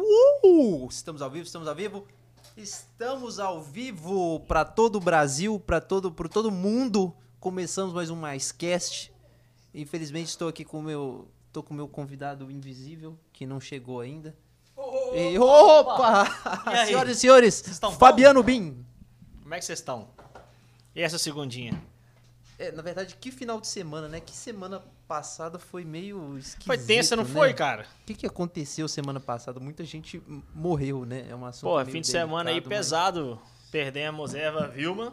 Uhul! Estamos ao vivo, estamos ao vivo. Estamos ao vivo para todo o Brasil, para todo, pro todo mundo. Começamos mais um MaisCast. Infelizmente estou aqui com o meu, tô com o meu convidado invisível que não chegou ainda. E, opa! E aí? Senhoras e senhores, estão bom? Fabiano Bin. Como é que vocês estão? E essa segundinha? É, na verdade, que final de semana, né? Que semana passada foi meio esquisita. Foi tensa, não né? foi, cara? O que, que aconteceu semana passada? Muita gente m- morreu, né? É um assunto Pô, meio fim de semana aí delicado, mas- pesado. Perdemos Eva Vilma,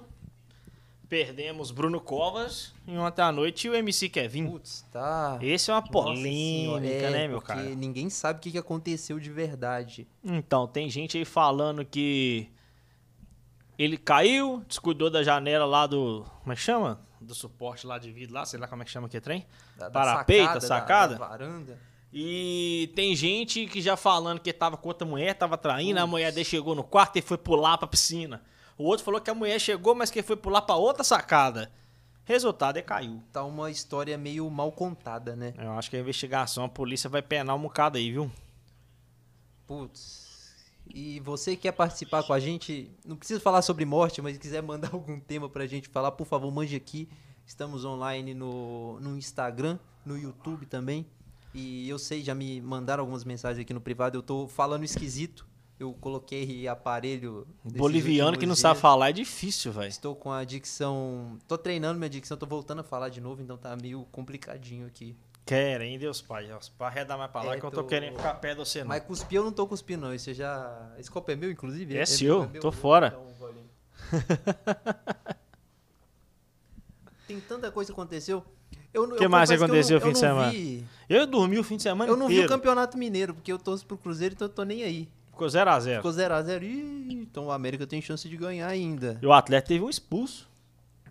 perdemos Bruno Covas e ontem à noite o MC Kevin. Putz, tá. Esse é uma Nossa polêmica, senhora, é, né, meu porque cara? ninguém sabe o que que aconteceu de verdade. Então, tem gente aí falando que ele caiu, descuidou da janela lá do. Como é que chama? Do suporte lá de vidro lá, sei lá como é que chama aquele trem. Da, da Parapeita, da- sacada? da varanda. E tem gente que já falando que tava com outra mulher, tava traindo, a mulher dele chegou no quarto e foi pular pra piscina. O outro falou que a mulher chegou, mas que foi pular pra outra sacada. Resultado é caiu. Tá uma história meio mal contada, né? Eu acho que a investigação, a polícia vai penar um bocado aí, viu? Putz. E você que quer participar com a gente, não precisa falar sobre morte, mas quiser mandar algum tema pra gente falar, por favor, mande aqui. Estamos online no, no Instagram, no YouTube também. E eu sei, já me mandaram algumas mensagens aqui no privado. Eu tô falando esquisito. Eu coloquei aparelho. desses Boliviano últimos que não dias. sabe falar é difícil, velho. Estou com a dicção. Tô treinando minha dicção, tô voltando a falar de novo, então tá meio complicadinho aqui. Querem, Deus, pai. Os pai arredar mais pra lá É, que eu tô tô- querendo ficar perto de você, não. Mas cuspir eu não tô cuspindo, não. Isso já. Esse copo é meu, inclusive? É meu, seu, meu, tô vou fora. dar um golinho. Tem tanta coisa que aconteceu. Eu, Que mais aconteceu o fim de semana? Vi, Eu dormi o fim de semana eu não vi o inteiro. Campeonato Mineiro, porque eu torço pro Cruzeiro, então eu tô nem aí. Ficou 0x0. Ficou 0x0. Então o América tem chance de ganhar ainda. E o atleta teve um expulso.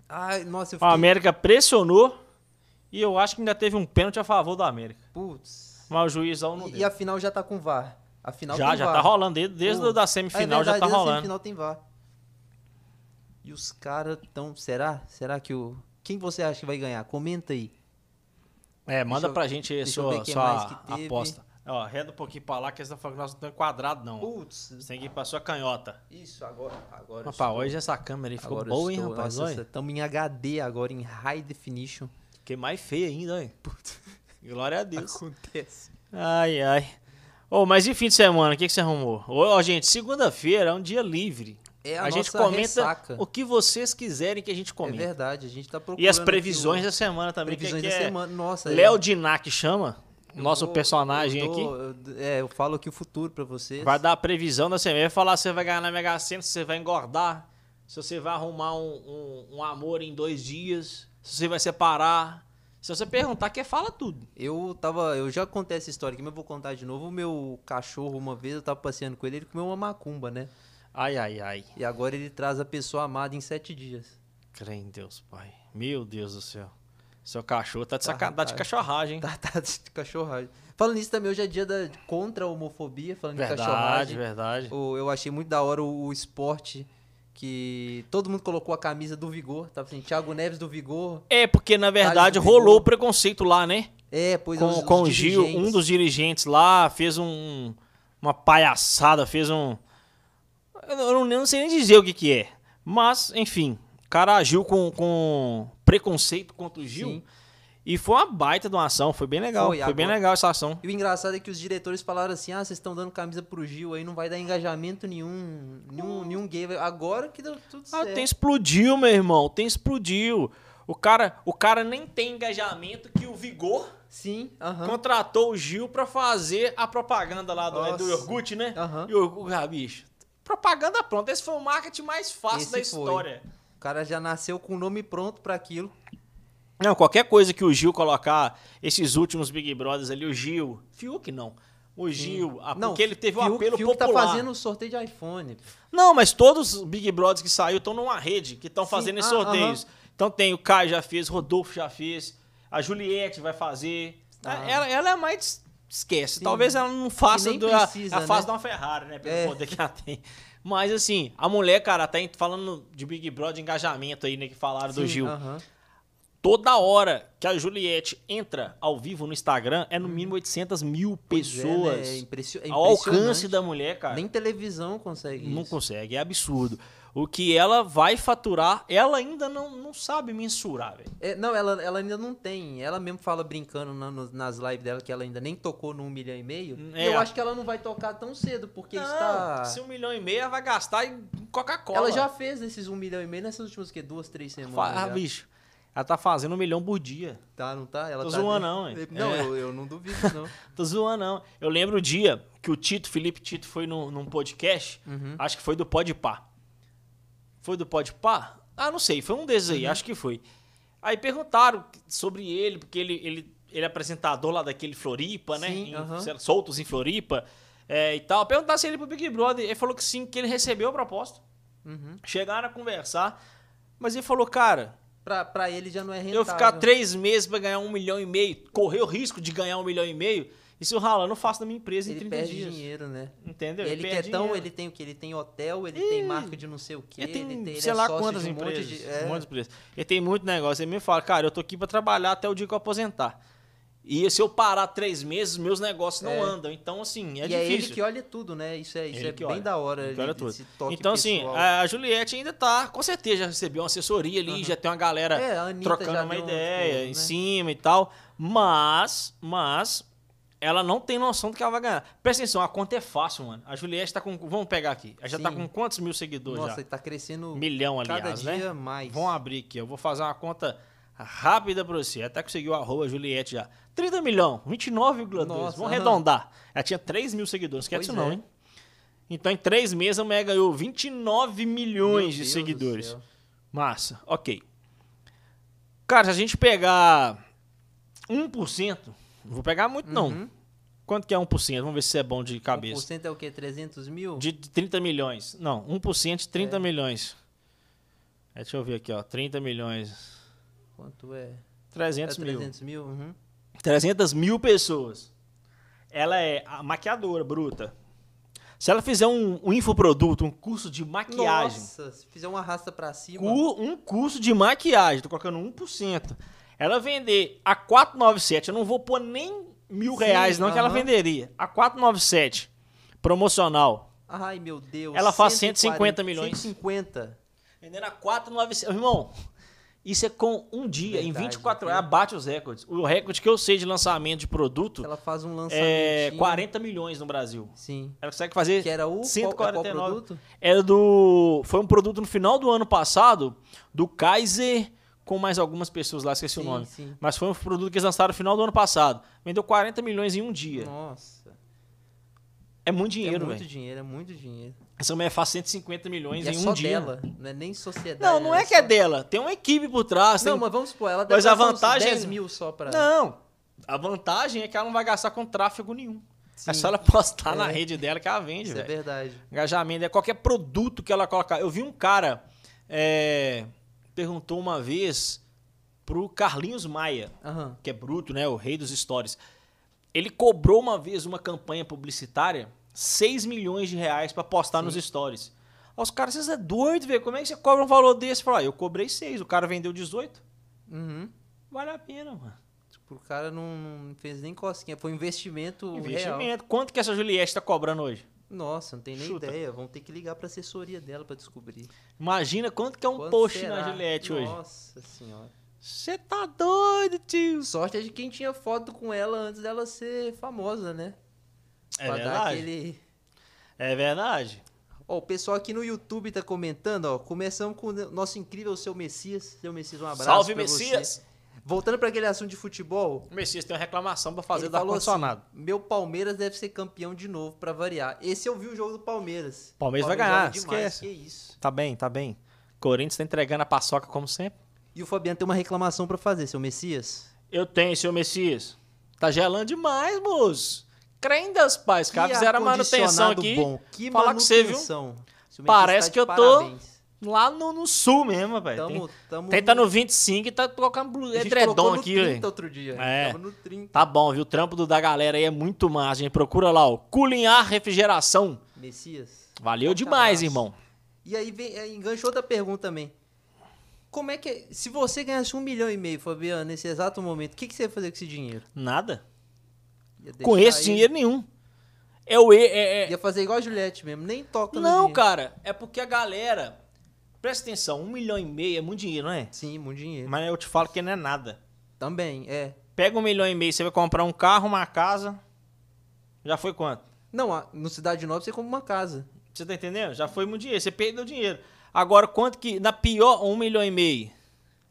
Ai, nossa, eu Ah, A fiquei. América pressionou e eu acho que ainda teve um pênalti a favor do América. Putz. Mas o juizão não E- E deu. a final já tá com VAR. A final já, tem já VAR. tá rolando. Desde, desde Pô, da semifinal é já verdade, tá desde a rolando. semifinal tem VAR. E os caras tão... Será? Será que o... Quem você acha que vai ganhar? Comenta aí. É, manda Deixa eu- pra gente aí a deixa eu ver sua, quem sua mais que teve. aposta. Ó, reda um pouquinho pra lá que essa falando que nós não estamos quadrado não. Putz. Você tem que ir pra sua canhota. Isso, agora... Agora eu Rapaz, hoje essa câmera aí estou- ficou agora eu boa, hein, estou- rapaz? Nossa, Olha. Estamos em HD agora, em High Definition. Fiquei mais feia ainda, olha. Glória a Deus. Acontece. Ai, ai. Ô, mas e fim de semana, o que, que você arrumou? Ô, ó, gente, segunda-feira é um dia livre. É a, a gente nossa comenta ressaca. o que vocês quiserem que a gente É comente. verdade, a gente tá procurando... E as aqui previsões o- da semana também. Previsões que, da que é semana. Nossa, é- Léo Diná que chama, eu nosso vou- personagem eu aqui. dou- eu- É, eu falo aqui o futuro pra vocês. Vai dar a previsão da semana. Vai falar se você vai ganhar na Mega Sena, se você vai engordar, se você vai arrumar um, um- um amor em dois dias, se você vai separar. Se você perguntar, que fala tudo. Eu tava. Eu já contei essa história aqui, mas eu vou contar de novo. O meu cachorro, uma vez, eu tava passeando com ele, ele comeu uma macumba, né? Ai, ai, ai. E agora ele traz a pessoa amada em sete dias. Crê em Deus, pai. Meu Deus do céu. Seu cachorro tá de Tá, sacanagem, tá de tá. cachorragem. hein? Tá, tá de cachorragem. Falando nisso também, hoje é dia da, contra a homofobia, falando de Verdade, cachorragem. verdade. O- eu achei muito da hora o, o esporte que todo mundo colocou a camisa do Vigor. Tava assim, Thiago Neves do Vigor. É, porque na verdade Thales do Vigor. rolou o preconceito lá, né? É, pois com, os- os com o Gil, um dirigentes. dos dirigentes lá, fez um, uma palhaçada, fez um. Eu não, eu não- eu não sei nem dizer o que, que é. Mas, enfim, o cara agiu com, com preconceito contra o Gil. Sim. E foi uma baita de uma ação, foi bem legal. Foi, Foi, bem agora- legal essa ação. E o engraçado é que os diretores falaram assim: ah, vocês estão dando camisa pro Gil aí, não vai dar engajamento nenhum. Nenhum, nenhum gay. vai- Agora que deu tudo Ah, certo. tem explodiu, meu irmão, tem explodiu. O cara, o cara nem tem engajamento que o Vigor Sim, aham. contratou o Gil pra fazer a propaganda lá do, é do Nossa. Orkut, né? Aham. E o Orkut, ah, bicho, propaganda pronta. Esse foi o marketing mais fácil Esse da foi. história. O cara já nasceu com o nome pronto pra aquilo. Não, qualquer coisa que o Gil colocar, esses últimos Big Brothers ali, o Gil, Fiuk não. O Gil, a- porque ele teve um Fiuk- apelo Fiuk popular. tá fazendo sorteio de iPhone. Não, mas todos os Big Brothers que saiu estão numa rede, que estão Sim, fazendo esses ah, sorteios. Então tem o Caio já fez, Rodolfo já fez, a Juliette vai fazer. Ah. Ela, ela é mais. Esquece. Sim. Talvez ela não faça nem do- a, precisa, a né? fase de uma Ferrari, né? Pelo É. poder que ela tem. Mas assim, a mulher, cara, tá em- falando de Big Brother de engajamento aí, né? Que falaram do Sim, Gil. aham. Toda hora que a Juliette entra ao vivo no Instagram, é no mínimo 800 mil Uhum. Pois é, né? pessoas. É, impressi- é ao alcance impressionante. da mulher, cara. Nem televisão consegue Não isso. consegue, é absurdo. O que ela vai faturar, ela ainda não, não sabe mensurar, velho. É, não, ela, ela ainda não tem. Ela mesmo fala brincando na- no- nas lives dela que ela ainda nem tocou no 1 milhão e meio. É. E eu acho que ela não vai tocar tão cedo, porque Não, está. Se um milhão e meio, ela vai gastar em Coca-Cola. Ela já fez esses 1 milhão e meio nessas últimas que, duas, três semanas. Fa- já. Ah, bicho, ela tá fazendo um milhão por dia. Tá, não tá? Ela Tô tá zoando, não, hein? Não, É. eu, eu não duvido, não. Tô zoando, não. Eu lembro o dia que o Tito, Felipe Tito, foi num, num podcast, Uhum. acho que foi do Podpah. Foi do Podpah? Ah, não sei, foi um desses Uhum. aí, acho que foi. Aí perguntaram sobre ele, porque ele, ele, ele é apresentador lá daquele Floripa, né? Sim, Em- aham. sei lá, Soltos em Floripa é, e tal. Perguntaram se ele ia pro Big Brother. Ele falou que sim, que ele recebeu a proposta. Uhum. Chegaram a conversar, mas ele falou, cara, Pra, pra ele já não é rentável. eu ficar três meses pra ganhar um milhão e meio, correr o risco de ganhar um milhão e meio, isso rala, eu não faço na minha empresa em Ele 30 perde dias. dinheiro, né? Entendeu? Ele, quer perde tão, dinheiro. ele tem o quê? Ele tem hotel, ele tem marca de não sei o quê, Ele tem, ele ele sei é lá sócio quantas de um monte empresas. de- é. um monte de empresas. Ele tem muito negócio. Ele me fala, cara, eu tô aqui pra trabalhar até o dia que eu aposentar. E se eu parar três meses, meus negócios não É. andam. Então, assim, é e difícil. é ele que olha tudo, né? Isso é, isso Ele é que bem olha. da hora. Ele que ele- olha tudo. esse toque Então, assim, pessoal. a Juliette ainda tá, com certeza, já recebeu uma assessoria ali, já tem uma galera É, a Anitta trocando já uma deu um ideia estudo, em né? cima e tal. Mas, mas, ela não tem noção do que ela vai ganhar. Presta atenção, a conta é fácil, mano. A Juliette tá com. Vamos pegar aqui. Ela já tá Sim. com quantos mil seguidores Nossa, já? ele tá crescendo Milhão, aliás, cada né? dia mais. Vão abrir aqui, eu vou fazer uma conta rápida pra você. Até conseguiu o arroba Juliette já. 30 milhão, 29,2. Nossa, Vamos aham. arredondar. Ela tinha 3 mil seguidores, não esquece Pois não, é. hein? Então, em 3 meses, a mulher ganhou 29 Meu milhões de Deus do seguidores. céu. Massa, ok. Cara, se a gente pegar 1%, não vou pegar muito não. Uhum. Quanto que é 1%? Vamos ver se isso é bom de cabeça. 1% é o quê? 300 mil? De 30 milhões. Não, 1% de 30 milhões. É, deixa eu ver aqui, ó. 30 milhões. Quanto é? 300 é mil. 300 mil? uhum. 300 mil pessoas. Ela é a maquiadora bruta. Se ela fizer um, um infoproduto, um curso de maquiagem, Nossa, se fizer uma raça pra cima... cu- um curso de maquiagem, tô colocando 1%. Ela vender a 497, eu não vou pôr nem mil Sim, reais não que ela aham. venderia. A 497, promocional, Ai, meu Deus. Ela faz 150 milhões. 150. Vendendo a 4,900. Irmão, isso é com um dia. em Verdade, 24 né? horas, bate os recordes. O recorde que eu sei de lançamento de produto Ela faz um lançamento. é 40 milhões no Brasil. Sim. Ela consegue fazer. Que era o qual- é 149. Qual, produto? Era do. Foi um produto no final do ano passado, do Kaiser, com mais algumas pessoas lá, esqueci Sim, o nome. sim. Mas foi um produto que eles lançaram no final do ano passado. Vendeu 40 milhões em um dia. Nossa. É muito é dinheiro, muito velho. dinheiro, é muito dinheiro. Essa mulher faz 150 milhões E é em um só dia. dela, não é nem sociedade. Não, não é que é só- dela. Tem uma equipe por trás. Não, tem mas vamos supor, ela deve Mas a gastar uns vantagem é- 10 mil só pra... Não. A vantagem é que ela não vai gastar com tráfego nenhum. Sim, É só ela postar É. na rede dela que ela vende, Isso é velho. verdade. Engajamento é qualquer produto que ela colocar. Eu vi um cara é, perguntou uma vez pro Carlinhos Maia, Aham. que é bruto, né? O rei dos stories. Ele cobrou uma vez uma campanha publicitária 6 milhões de reais pra postar nos stories. Aí os caras, vocês é doido, velho. Como é que você cobra um valor desse? Fala, ah, eu cobrei 6, o cara vendeu 18. Uhum. Vale a pena, mano. Tipo, o cara não, não fez nem cosquinha. Foi um investimento, real. Investimento. Quanto que essa Juliette tá cobrando hoje? Nossa, não tem nem Chuta. ideia. Vão ter que ligar pra assessoria dela pra descobrir. Imagina quanto que é um Quanto post será? na Juliette hoje. Nossa senhora. Você tá doido, tio. Sorte é de quem tinha foto com ela antes dela ser famosa, né? É pra dar verdade. aquele. É verdade. Ó, o pessoal aqui no YouTube tá comentando, ó. Começamos com o nosso incrível seu Messias. Seu Messias, um abraço. Salve, pra Messias. você. Voltando pra aquele assunto de futebol. O Messias tem uma reclamação pra fazer ele da falou assim, ar-condicionado. meu Palmeiras deve ser campeão de novo pra variar. Esse eu vi o jogo do Palmeiras. Palmeiras vai joga ganhar, demais, esquece. Que isso. Tá bem, tá bem. Corinthians tá entregando a paçoca como sempre. E o Fabiano tem uma reclamação pra fazer, seu Messias. Eu tenho, seu Messias. Tá gelando demais, moço. Crem das pais. Os caras Que fizeram a manutenção ar-condicionado aqui. Bom. Que Falar com você, viu? manutenção. Seu Messias Parece tá que eu de tô- parabéns. Lá no, no sul mesmo, rapaz. Tem, Tamo, tamo tem tá no 25 e tá colocando blu- A gente colocou edredom no aqui, 30 velho. outro dia. É. Tava no 30. Tá bom, viu? O trampo do, da galera aí é muito massa, gente. Procura lá, ó. Culinhar Refrigeração. Messias. Valeu Forte demais, abraço. irmão. E aí vem, é, engancha outra pergunta também. Como é que. Se você ganhasse um milhão e meio, Fabiano, nesse exato momento, o que, que você ia fazer com esse dinheiro? Nada. Ia Com deixar esse aí? dinheiro nenhum. É o. E- é- é- Ia fazer igual a Juliette mesmo, nem toca no Não, dinheiro. cara. É porque a galera. Presta atenção, um milhão e meio é muito dinheiro, não é? Sim, muito dinheiro. Mas eu te falo que não é nada. Também, é. Pega um milhão e meio, você vai comprar um carro, uma casa. Já foi quanto? Não, a- no Cidade Nova você compra uma casa. Você tá entendendo? Já foi muito dinheiro, você perdeu dinheiro. Agora, quanto que. Na pior, um milhão e meio.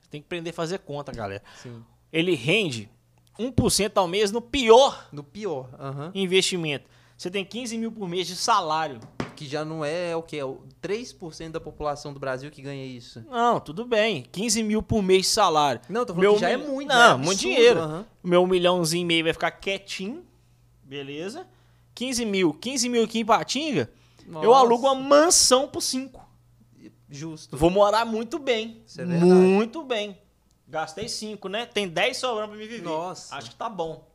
Tem que aprender a fazer conta, galera. Sim. Ele rende 1% ao mês no pior No pior, aham. investimento. Você tem 15 mil por mês de salário. Que já não é o quê? É o 3% da população do Brasil que ganha isso. Não, tudo bem. 15 mil por mês de salário. Não, tô falando Meu que já é mil- muito, Não, né? É muito absurdo, dinheiro. aham. Meu milhãozinho e meio vai ficar quietinho. Beleza. 15 mil. 15 mil aqui em Patinga. Eu Nossa, alugo uma mansão por 5. Justo. Vou morar muito bem. Isso é verdade. muito bem. Gastei 5, né? Tem 10 sobrando pra me viver. Nossa. Acho que tá bom.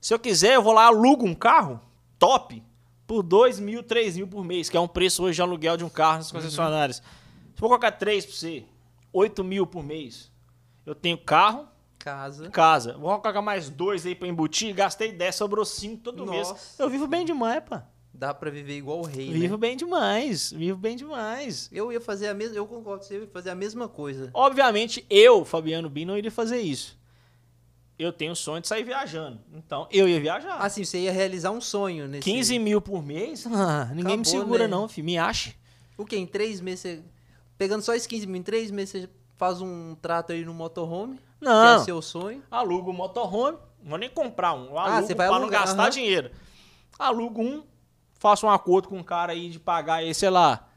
Se eu quiser, eu vou lá, alugo um carro top por 2 mil, 3 mil por mês, que é um preço hoje de aluguel de um carro nas concessionárias. Uhum. Se eu vou colocar 3 pra você, 8 mil por mês. Eu tenho carro, Casa. casa. Vou colocar mais dois aí pra embutir. Gastei 10, sobrou 5 todo mês. Nossa. Eu vivo bem demais, pá. Dá pra viver igual o rei, né? Vivo bem demais. Vivo bem demais. Eu ia fazer a mesma. Eu concordo, você ia fazer a mesma coisa. Obviamente, eu, Fabiano Bin, não iria fazer isso. Eu tenho o sonho de sair viajando. Então, eu ia viajar. Assim, você ia realizar um sonho nesse. 15 mil por mês? Ah, ninguém me Acabou, segura, né? não, filho. Me acha. O quê? Em três meses você. Pegando só esses 15 mil, em três meses você faz um trato aí no motorhome. Que é Não. o seu sonho. Alugo o motorhome. Não vou nem comprar um. Eu Ah, Alugo você vai pra alugar, não gastar aham. dinheiro. Alugo um, faço um acordo com o cara aí de pagar aí, sei lá,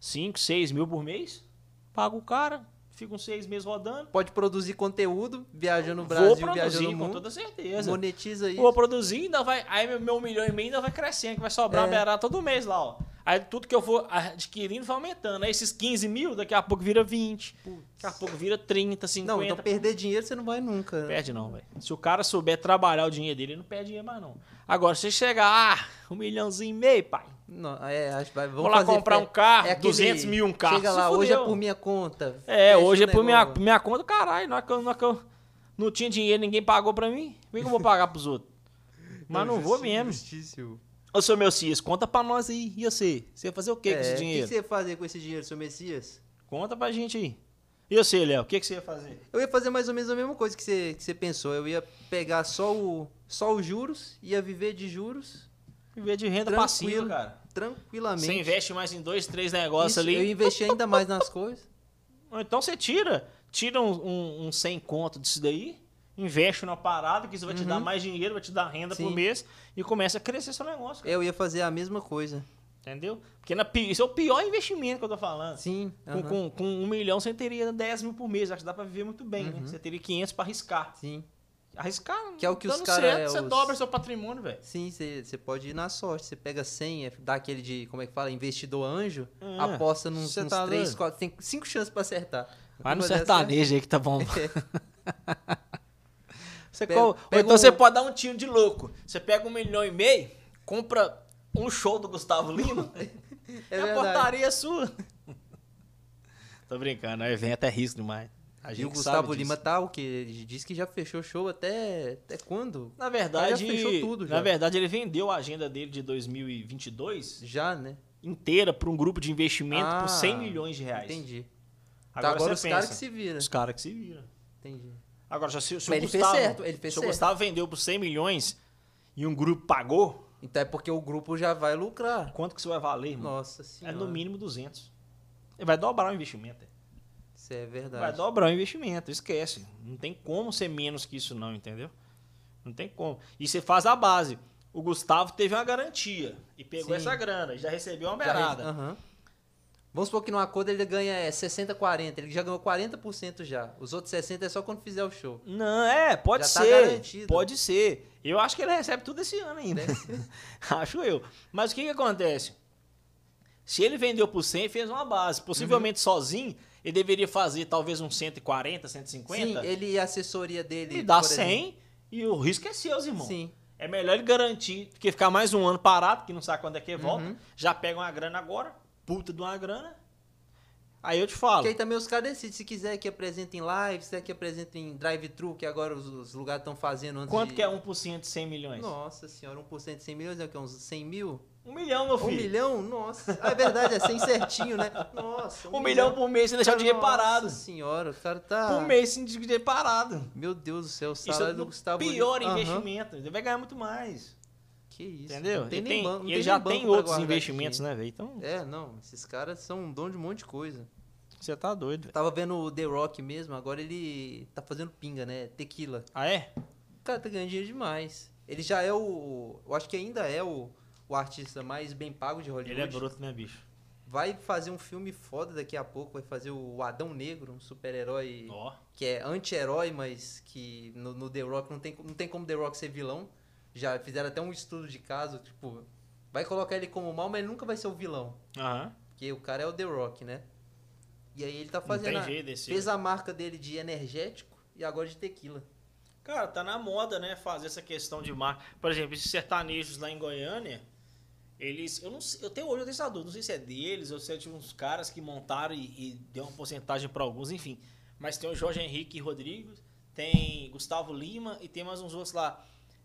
5, 6 mil por mês. Pago o cara, fico uns 6 meses rodando. Pode produzir conteúdo, viajando no vou Brasil, viajando produzir, no com mundo. toda certeza. Monetiza isso. Vou produzir, ainda vai. Aí meu, meu milhão e meio ainda vai crescendo, que vai sobrar É. uma beirada todo mês lá, ó. Aí tudo que eu for adquirindo vai aumentando. Aí esses 15 mil, daqui a pouco vira 20. Daqui a pouco vira 30, 50. Não, então perder dinheiro você não vai nunca. né? Perde não, velho. Se o cara souber trabalhar o dinheiro dele, ele não perde dinheiro mais não. Agora, se chegar, ah, um milhãozinho e meio, pai. Não, é, acho que vai. Vamos Vou lá fazer comprar fe- é um carro, aquele- 200 mil um carro, Chega se lá, hoje é fudeu. por minha conta. É, fecha hoje o é por minha, negócio. minha conta, caralho. Na hora que eu, na hora que eu não tinha dinheiro, ninguém pagou pra mim. Como é que eu vou pagar pros outros? Mas não, vou justi- mesmo. justíssimo. Ô, seu Melcias, conta pra nós aí. E você? Você ia fazer o que com É, esse O dinheiro? que que você ia fazer com esse dinheiro, seu Messias? Conta pra gente aí. E você, Léo? O que, que você ia fazer? Eu ia fazer mais ou menos a mesma coisa que você, que você pensou. Eu ia pegar só, o, só os juros, ia viver de juros Viver de renda Tranquilo, passiva, cara. tranquilamente. Você investe mais em dois, três negócios Isso, Eu ali. investi ainda mais nas coisas. Ou então você tira. Tira um, um, um 100 conto disso daí. Investe na parada, que isso vai te dar mais dinheiro, vai te dar renda Uhum. Sim. por mês. E começa a crescer seu negócio, cara. Eu ia fazer a mesma coisa. Entendeu? Porque na, pi- isso é o pior investimento que eu tô falando. Sim. Com, aham, com, com um milhão você teria 10 mil por mês. Acho que dá pra viver muito bem, né? Você teria 500 pra arriscar. Sim. Arriscar. Uhum. Que é o que os dando cara- certo, é, Você os- dobra seu patrimônio, velho. Sim, você você pode ir na sorte. Você pega 100, é, dá aquele de, como é que fala, investidor anjo, É, aposta nos, cê uns tá 3, doido. 4, tem 5 chances pra acertar. Vai no Uma dessas- é- sertanejo aí que tá bom. Você Pega- co- ou pega então um- você pode dar um tiro de louco. Você pega um milhão e meio, compra um show do Gustavo Lima. É, é a verdade. portaria sua. Tô brincando, o evento é risco demais. A E gente o que Gustavo sabe disso. Lima tá o quê? Ele disse que já fechou show até, até quando? Na verdade, Ele já fechou tudo, já. na verdade, ele vendeu a agenda dele de 2022 Já, né? inteira para um grupo de investimento Ah, por 100 milhões de reais. Entendi. Agora, É, Agora, agora você os caras que pensa, se viram. os caras que se viram. Entendi. Agora, já se, Mas se o ele fez Gustavo, certo, ele fez se o certo. Gustavo vendeu por 100 milhões e um grupo pagou, Então é porque o grupo já vai lucrar. quanto que isso vai valer, irmão? Nossa é senhora. no mínimo 200. Ele vai dobrar o investimento. é. Isso é Vai verdade. dobrar o investimento, esquece. Não tem como ser menos que isso não, entendeu? Não tem como. E você faz a base. O Gustavo teve uma garantia e pegou Sim. essa grana, já recebeu uma Já re- beirada. Aham. Vamos supor que num acordo ele ganha é, 60-40. Ele já ganhou 40% já. Os outros 60% é só quando fizer o show. Não, é, pode Já tá ser. garantido. pode ser. Eu acho que ele recebe tudo esse ano ainda. acho eu. Mas o que, que acontece? Se ele vendeu por 100, fez uma base. Uhum. Possivelmente sozinho, ele deveria fazer talvez uns 140, 150. Sim, ele e a assessoria dele. ele dá por 100 exemplo. e o risco é seu, irmão. Sim. É melhor ele garantir, porque ficar mais um ano Uhum. parado, que não sabe quando é que volta. Já pega uma grana agora, puta de uma grana. Aí eu te falo. Porque aí também os caras decidem se quiser que apresentem live, se quiser que apresentem drive-thru, que agora os, os lugares estão fazendo antes Quanto de... que é 1% de 100 milhões? Nossa senhora, 1% de 100 milhões é o que? Uns 100 mil? Um milhão, meu Um filho. milhão? Nossa. Ah, é verdade, é 100 certinho, né? Nossa. Um milhão por mês sem deixar o dinheiro Nossa parado. senhora, o cara tá... Por mês sem deixar o dinheiro parado. Meu Deus do céu, o Isso salário é do o Gustavo... pior Lima- Aham. investimento. Ele vai ganhar muito mais. Que isso. Entendeu? Não tem ele nem tem- banco. não ele tem já nem banco tem pra outros guardar investimentos, dinheiro. né, velho? Então, É, não, esses caras são um dom de um monte de coisa. você tá doido, velho. Tava vendo o The Rock mesmo, agora ele tá fazendo pinga, né? Tequila. Ah, é? O cara tá ganhando dinheiro demais. Ele já é o. Eu acho que ainda é o, o artista mais bem pago de Hollywood. Ele é bruto, né, bicho? Vai fazer um filme foda daqui a pouco. Vai fazer o Adão Negro, um super-herói Ó. que é anti-herói, mas que no, no The Rock não tem, co- não tem como The Rock ser vilão. Já fizeram até um estudo de caso, tipo, vai colocar ele como mal, mas ele nunca vai ser o vilão. Aham. Porque o cara é o The Rock, né? E aí ele tá Não fazendo. tem a- jeito desse. fez a marca dele de energético e agora de tequila. Cara, tá na moda, né, fazer essa questão de marca. Por exemplo, esses sertanejos lá em Goiânia, eles, eu não sei, eu tenho hoje eu tenho essa dúvida, não sei se é deles ou se é de uns caras que montaram e, e deu uma porcentagem pra alguns, enfim. Mas tem o Jorge Henrique Rodrigues, tem Gustavo Lima e tem mais uns outros lá.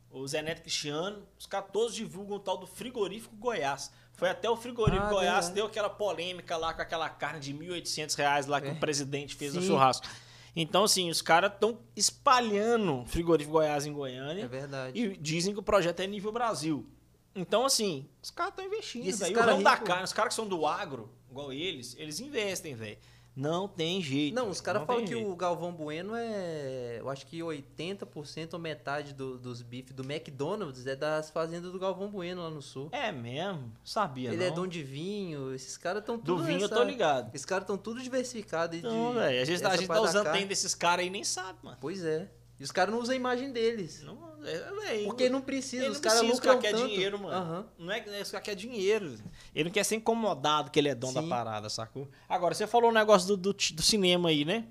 O Zé Neto Cristiano, os caras todos divulgam o tal do frigorífico Goiás. Foi até o frigorífico Ah, Goiás verdade. deu aquela polêmica lá com aquela carne de 1.800 reais lá que É. o presidente fez no Sim. churrasco. Então, assim, os caras estão espalhando frigorífico Goiás em É Goiânia verdade. e dizem que o projeto é nível Brasil. Então, assim, os caras estão investindo, E esses velho. E O cara ramo da rico- carne, os caras que são do agro, igual eles, eles investem, velho. Não tem jeito. Não, velho. os caras Não falam tem que jeito. o Galvão Bueno é. Eu acho que 80% ou metade do- dos bifes do McDonald's é das fazendas do Galvão Bueno lá no sul. É mesmo? Sabia, Ele não. é dono de vinho, esses caras estão Do tudo. vinho eu nessa- tô ligado. Esses caras estão tudo diversificado. e Então, de- velho, a gente, tá- a essa gente tá parte da usando carne. tem desses caras aí e nem sabe, mano. Pois é. E os caras não usam a imagem deles. Não, é, véi, Porque não precisa, ele os não caras precisa, o lucram cara quer tanto. dinheiro, mano. Aham. Não é que esse cara quer dinheiro. Ele não quer ser incomodado que ele é dono Sim. da parada, sacou? Agora, você falou um negócio do, do, ti- do cinema aí, né?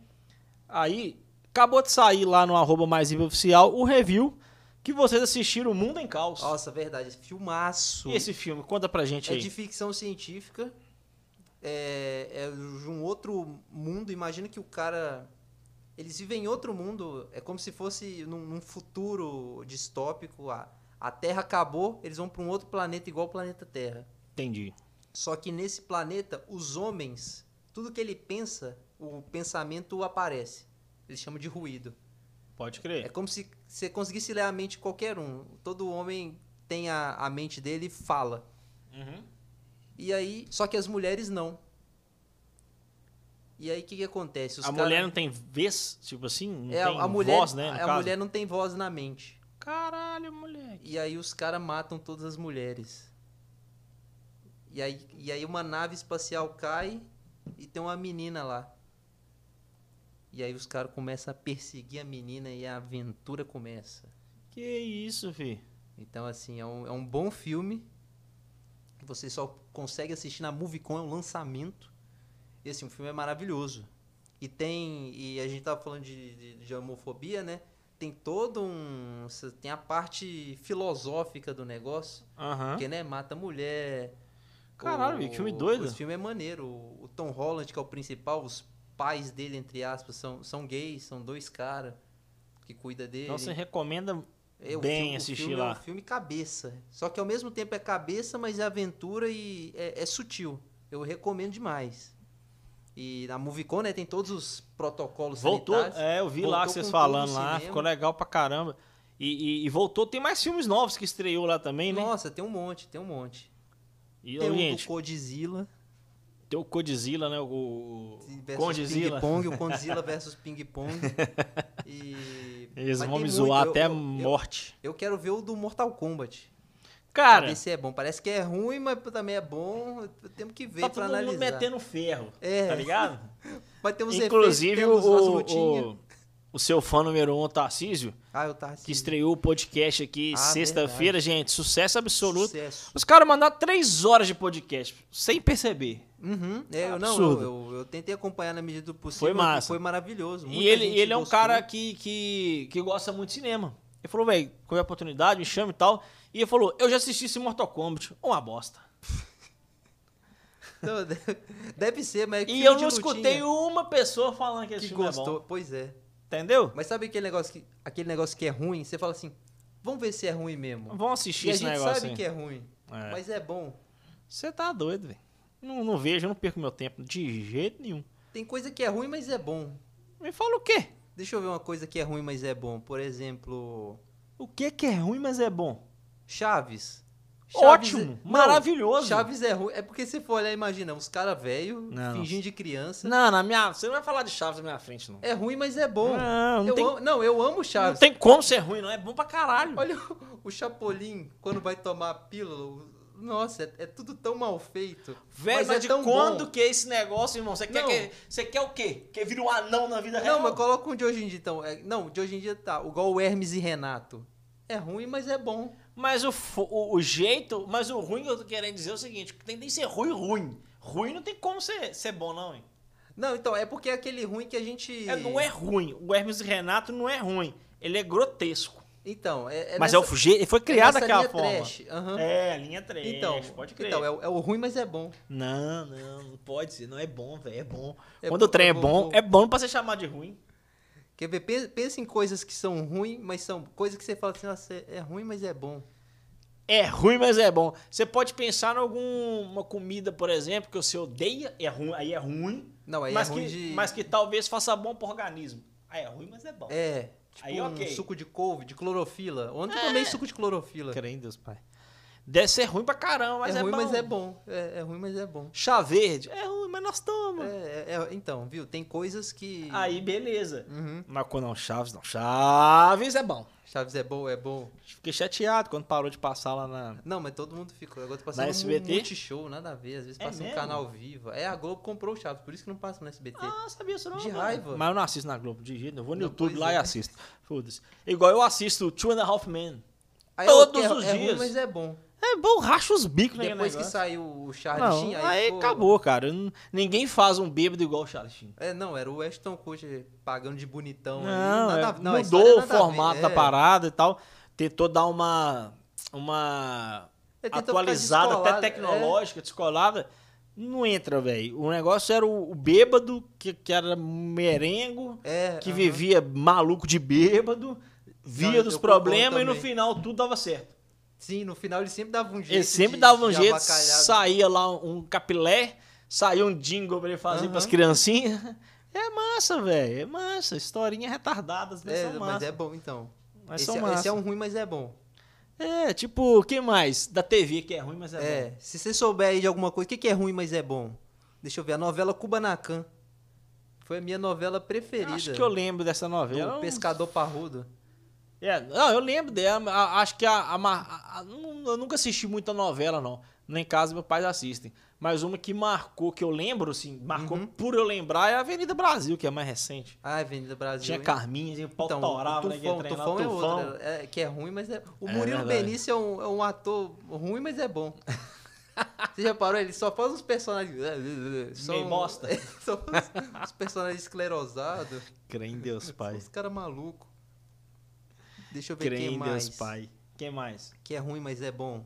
Aí, acabou de sair lá no arroba mais Vivo oficial o review que vocês assistiram O Mundo em Caos. Nossa, verdade. esse Filmaço. E esse filme, conta pra gente É aí. de ficção científica. É, é de um outro mundo. Imagina que o cara. Eles vivem em outro mundo. É como se fosse num, num futuro distópico. A, a Terra acabou, eles vão para um outro planeta igual o planeta Terra. Entendi. Só que nesse planeta, os homens, tudo que ele pensa, o pensamento aparece. Eles chamam de ruído. Pode É crer. como se você conseguisse ler a mente de qualquer um. Todo homem tem a, a mente dele e fala. É, Uhum. E aí, só que as mulheres não. E aí o que, que acontece? Os A cara- mulher não tem vez, tipo assim? Não é, tem a mulher, voz, né? no a caso? mulher não tem voz na mente. Caralho, moleque. E aí os caras matam todas as mulheres. E aí, e aí uma nave espacial cai e tem uma menina lá. E aí os caras começam a perseguir a menina e a aventura começa. Que isso, fi. Então, assim, é um, é um bom filme. que Você só consegue assistir na MovieCon, é um lançamento. E, assim, o filme é maravilhoso. E tem... E a gente tava falando de, de, de homofobia, né? Tem todo um... cê- Tem a parte filosófica do negócio. Aham. Porque, né? Mata a mulher. Caralho, que filme doido. Esse filme é maneiro. O o Tom Holland, que é o principal, os pais dele, entre aspas, são, são gays. São dois caras que cuida dele. Então você recomenda É, o Bem filme- o assistir filme É lá. um filme cabeça. Só que ao mesmo tempo é cabeça, mas é aventura e é, é sutil. Eu recomendo demais. E na Movicon, né, tem todos os protocolos Voltou, sanitários. é, eu vi Voltou lá que com vocês tudo falando no lá, cinema. ficou legal pra caramba. E, e- e voltou, tem mais filmes novos que estreou lá também, né? Nossa, tem um monte, tem um monte. E, tem o do gente, Codzilla. tem o Codzilla, né? O, o versus Condizilla. Ping Pong, o Condzilla versus Ping Pong. E... Eles mas vão tem muito. me zoar Eu- até eu- eu, morte. eu quero ver o do Mortal Kombat. pra Cara, ver se é bom. Parece que é ruim, mas também é bom. Temos que ver tá pra todo analisar. mundo metendo ferro, É. tá ligado? Vai ter uns Inclusive, efeitos, tem uns- umas o, lutinhas. o, o seu fã número um, Tarcísio, Ah, eu tava que estreou o podcast aqui Ah, sexta-feira, gente, sucesso absoluto. Sucesso. Os caras mandaram três horas de podcast, sem perceber. Uhum. É, eu, não, eu, Tá Absurdo. eu, eu tentei acompanhar na medida do possível. Foi massa. Foi maravilhoso. E Muita ele, gente né? ele é um gostou. cara que, que, que gosta muito de cinema. Ele falou, velho, qual é a oportunidade, me chama e tal. E ele falou, eu já assisti esse Mortal Kombat, uma bosta. Então, deve- deve ser, mas é E filme eu de lutinha não escutei uma pessoa falando que esse que filme é gostou. bom. Pois é. Entendeu? Mas sabe aquele negócio que aquele negócio que é ruim? Você fala assim, vamos ver se é ruim mesmo. Vão E assistir a esse gente sabe um negócio. que aí. é ruim, É. mas é bom. Você tá doido, velho. Não, não vejo, eu não perco meu tempo de jeito nenhum. Tem coisa que é ruim, mas é bom. Me fala o quê? Deixa eu ver uma coisa que é ruim, mas é bom. Por exemplo, O que que é ruim, mas é bom? Chaves. é- Ótimo, Não, maravilhoso. Chaves é ruim. É porque se for olhar, imagina, uns caras velhos, Não. fingindo de criança. Não, na minha, você não vai falar de Chaves na minha frente, não. É ruim, mas é bom. Não, não eu tem- amo, não, eu amo Não Chaves. tem como ser ruim, não. É bom pra caralho. Olha o- o Chapolin, quando vai tomar a pílula. o- Nossa, é, é tudo tão mal feito. Velho, mas, é de tão quando bom. que é esse negócio, irmão? Você quer, Não. que, você quer o quê? Quer vir um anão na vida real? Não, mas coloca um de hoje em dia, então. É, não, de hoje em dia tá. Igual o Hermes e Renato. É ruim, mas é bom. Mas o, fo- o, o jeito, mas o ruim que eu tô querendo dizer é o seguinte, que tem que ser ruim, ruim. Ruim não tem como ser, ser bom, não, hein? Não, então, é porque é aquele ruim que a gente. É, não é ruim. O Hermes e Renato não é ruim. Ele é grotesco. Então, é. é mas nessa- é o fugi- ele foi criado nessa daquela linha forma. trash, aham. É, linha 3. Então, pode crer. então é, o- é o ruim, mas é bom. Não, não, não pode ser. Não é bom, velho. É bom. É Quando bom, o trem é é bom, bom, bom. é bom pra ser chamado de ruim. Quer ver? Pensa, pensa em coisas que são ruins, mas são coisas que você fala assim, nossa, é é ruim, mas é bom. É ruim, mas é bom. Você pode pensar em alguma comida, por exemplo, que você odeia, é ruim, aí é ruim. Não, aí mas, é ruim que, de. mas que talvez faça bom pro organismo. Aí é ruim, mas é bom. É. Tipo Aí, ok. É. um suco de couve, de clorofila. Ontem eu tomei suco de clorofila. Crê em Deus, pai. Deve ser ruim pra caramba, mas é, é ruim, bom. mas é bom. É, é ruim, mas é bom. Chá verde. É ruim, mas nós É, tomamos. é- é- então, viu? Tem coisas que. Aí, beleza. Uhum. Mas quando não, Chaves não. Chaves é bom. Chaves é bom, é bom. Fiquei chateado quando parou de passar lá na. Não, mas todo mundo ficou. Agora tá passando SBT? um multishow, nada a ver. Às vezes É passa um mesmo? canal viva. É, a Globo comprou o Chaves, por isso que não passa no SBT. Ah, sabia isso não? De mano. raiva. Mas eu não assisto na Globo, de jeito nenhum. Eu vou no Não, YouTube pois lá é. e assisto. Foda-se. Igual eu assisto Two and a Half Men. Aí, todos é, os é ruim, dias. mas é bom. É bom, racha os bicos naquele Depois que negócio. saiu o Não, Charlie Sheen, aí ficou- acabou, cara. N- Ninguém faz um bêbado igual o Charles Sheen. É, não, era o Ashton Kutcher pagando de bonitão. ali, Não, nada é- a- não, a história mudou o nada a ver, formato é. da parada e tal. Tentou dar uma. Uma. Ele tentou ficar é. atualizada, até descolado, tecnológica, descolada. Não entra, velho. O negócio era o o bêbado, que, que era merengo, É, que aham. vivia maluco de bêbado, via Não, eu- dos eu concordo problemas e no também. final tudo dava certo. Sim, no final ele sempre dava um jeito. Ele sempre de- dava um de jeito, avacalhar. saía lá um capilé, saía um jingle pra ele fazer Aham. pras criancinhas. É massa, velho. É massa. Historinha retardadas, mas É, são mas massa. é bom então. Mas esse, são é, esse massa. é um ruim, mas é bom. É, tipo, o que mais? Da TV que é ruim, mas é, É, se você souber aí de alguma coisa, o que, que é ruim, mas é bom? Deixa eu ver, a novela Kubanacan. Foi a minha novela bom. preferida. Acho que eu lembro dessa do novela. um Pescador Parrudo. É, não, eu lembro dela. mas a- Acho que a, a ma- a- a- não- eu nunca assisti muita novela, não. Nem em casa meus pais assistem. Mas uma que marcou, que eu lembro, assim, marcou Uhum. por eu lembrar, é a Avenida Brasil, que é a mais recente. Ai, Avenida Brasil. Tinha hein? Carminha, tinha o pau Então, torava, o né? que ia Tufão, treinar, Tufão é Tufão. outro, é, que é ruim, mas é... O É Murilo verdade. Benício é um, é um ator ruim, mas é bom. Você já parou? Ele só faz uns personagens... é, Só Meio um- bosta. só faz uns personagens esclerosados. Crê em Deus, pai. Os caras malucos. Deixa eu ver Crê quem é em mais. Deus, pai. Quem mais? Que é ruim, mas é bom.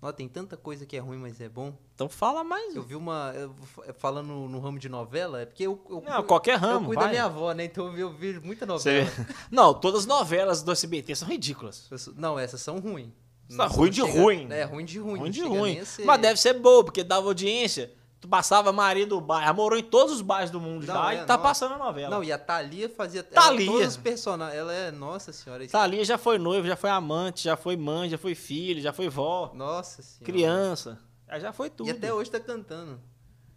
Ó, tem tanta coisa que é ruim, mas é bom. Então fala mais. Eu vi uma... eu- é, falando no ramo de novela, é porque eu... eu Não, qualquer eu ramo, cuido da vai. minha avó, né? Então eu vi- eu vejo muita Você- novela. Não, todas as novelas do SBT são ridículas. Pessoa- Não, essas são ruins. Tá ruim de ruim. É, ruim de ruim. Ruim não de chega ruim. nem a ser- Mas deve ser boa, porque dava audiência. Tu passava a Maria do bairro. Ela morou em todos os bairros do mundo Não, já é, e tá não. passando a novela. Não, e a Thalia fazia... ela- Thalia? Todos os personagens. Ela é... Nossa senhora. isso- Thalia já foi noiva, já foi amante, já foi mãe, já foi filho, já foi vó, Nossa senhora. criança. Ela já foi tudo. E até hoje tá cantando.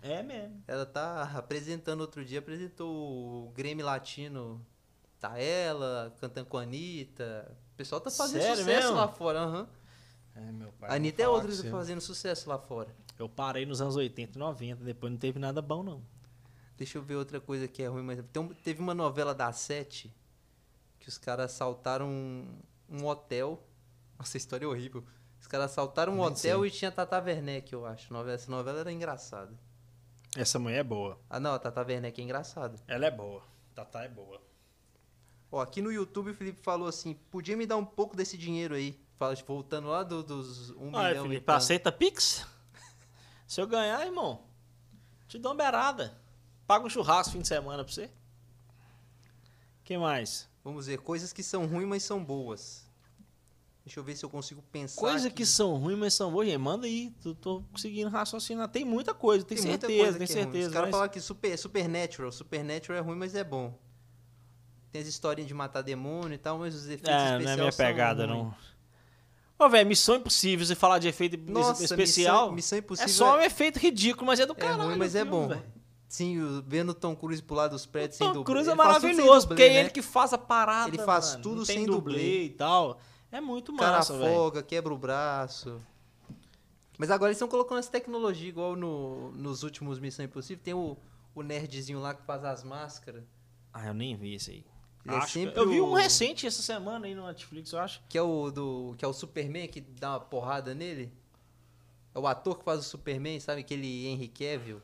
É mesmo. Ela tá apresentando outro dia, apresentou o Grêmio Latino. Tá ela, cantando com a Anitta. O pessoal tá fazendo Sério sucesso mesmo? lá fora. aham. É, meu pai. A Anitta é outra fazendo sucesso lá fora. Eu parei nos anos 80, 90, depois não teve nada bom, não. Deixa eu ver outra coisa que é ruim, mas tem um- teve uma novela da Sete que os caras assaltaram um, um hotel. Nossa, a história é horrível. Os caras assaltaram um Nem hotel e tinha a Tata Werneck, eu acho. Novela- Essa novela era engraçada. Essa mulher é boa. Ah, não, a Tata Werneck é engraçada. Ela é boa. Tatá é boa. Ó, aqui no YouTube o Felipe falou assim: podia me dar um pouco desse dinheiro aí. Fala, tipo, voltando lá do- dos um Olha, milhão e Felipe, tanto. aceita Pix? Se eu ganhar, irmão, te dou uma beirada. Paga um churrasco fim de semana pra você. que mais? Vamos ver, coisas que são ruins, mas são boas. Deixa eu ver se eu consigo pensar. Coisa aqui. que são ruins, mas são boas. gente, Manda aí. Tô, tô conseguindo raciocinar. Tem muita coisa, tem, muita certeza, coisa tem que é ruim. certeza. Os caras mas- falam que super, Supernatural. Supernatural é ruim, mas é bom. Tem as historinhas de matar demônio e tal, mas os efeitos É, especiais não é minha são pegada, ruins. não. Ô, velho, Missão Impossível, você falar de efeito es- Nossa, especial. Missão, Missão Impossível é só um efeito ridículo, mas é do caralho. ruim, o mas é filme, bom. velho. Sim, o- vendo o Tom Cruise pular dos prédios sem Tom dublê. Cruise é Ele faz tudo sem maravilhoso, porque dublê, é né? ele que faz a parada. Ele faz mano. tudo Não tem sem dublê. e tal. É muito O cara massa, velho. afoga, quebra o braço. Mas agora eles estão colocando essa tecnologia, igual no- nos últimos Missão Impossível. Tem o, o nerdzinho lá que faz as máscaras. Ah, eu nem vi esse aí. Ele é Acho que- sempre eu vi o- um recente essa semana aí no Netflix, eu acho. Que é o do. Que é o Superman que dá uma porrada nele. É o ator que faz o Superman, sabe? Aquele Henry Cavill.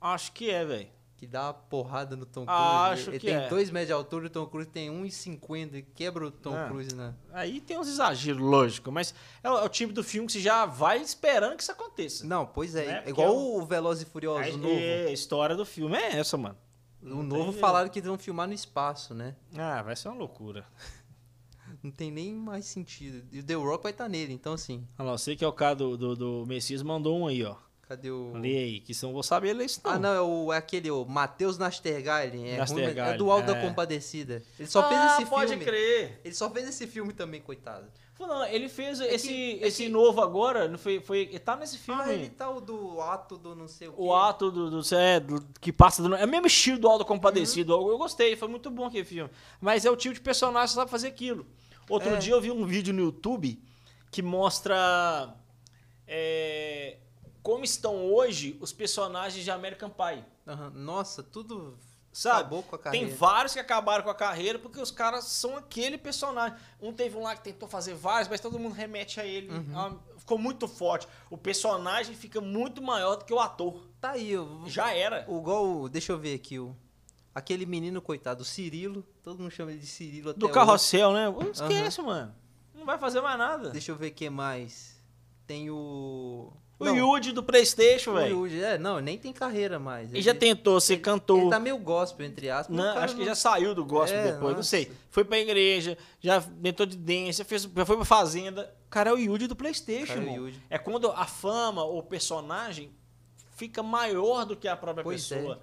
Acho que é, velho. Que dá uma porrada no Tom Cruise. Ah, acho ele que tem é. 2 metros de altura, o Tom Cruise tem 1,50 e quebra o Tom Ah. Cruise na. Aí tem uns exageros, lógico, mas é o, é o tipo do filme que você já vai esperando que isso aconteça. Não, pois é. Né? É Porque igual é o Veloz e Furioso Aí- novo. é, a história do filme é essa, mano. O tem novo jeito. falaram que vão filmar no espaço, né? Ah, vai ser uma loucura. Não tem nem mais sentido. E o The Rock vai estar nele, então assim. Olha lá, você que é o cara do, do, do Messias mandou um aí, ó. Cadê o. Lê aí, que senão eu vou saber ler isso não. Ah, não, é, o, é aquele, o Matheus Nastergalli. É, ruim, mas é Nastergalli, do Alda é. Compadecida. Ele só Ah, fez esse pode filme. crer. Ele só fez esse filme também, coitado. Não, ele fez que- esse, é esse que- novo agora, não foi, foi, tá nesse filme. Ah, ele tá o do ato do não sei o quê. O ato do, do, é, do- que passa do, é o mesmo estilo do Aldo Compadecido. Uhum. Eu, eu gostei, foi muito bom aquele filme. Mas é o tipo de personagem que sabe fazer aquilo. Outro É. dia eu vi um vídeo no YouTube que mostra é, como estão hoje os personagens de American Pie. Aham, Nossa, tudo Sabe? acabou com a Tem carreira. vários que acabaram com a carreira porque os caras são aquele personagem. Um teve um lá que tentou fazer vários, mas todo mundo remete a ele. Ah, Ficou muito forte. O personagem fica muito maior do que o ator. Tá aí, eu... Já era. o gol, deixa eu ver aqui, o... aquele menino, coitado, o Cirilo, todo mundo chama ele de Cirilo até Do hoje. carrossel, né? Esquece, mano. Não vai fazer mais nada. Uhum. Deixa eu ver o que mais. Tem o... O não, Yuji do Playstation, o velho. Yudi, é, não, nem tem carreira mais. Ele já tentou ser Ele cantor. tá meio gospel, entre aspas. mas o Não, cara acho que não- já saiu do gospel É, depois, não nossa. sei. Foi pra igreja, já tentou de dance, já, fez, já foi pra fazenda. O cara é o Yuji do Playstation, Cara, o irmão. Yuji. É quando a fama ou personagem fica maior do que a própria Pois é. pessoa.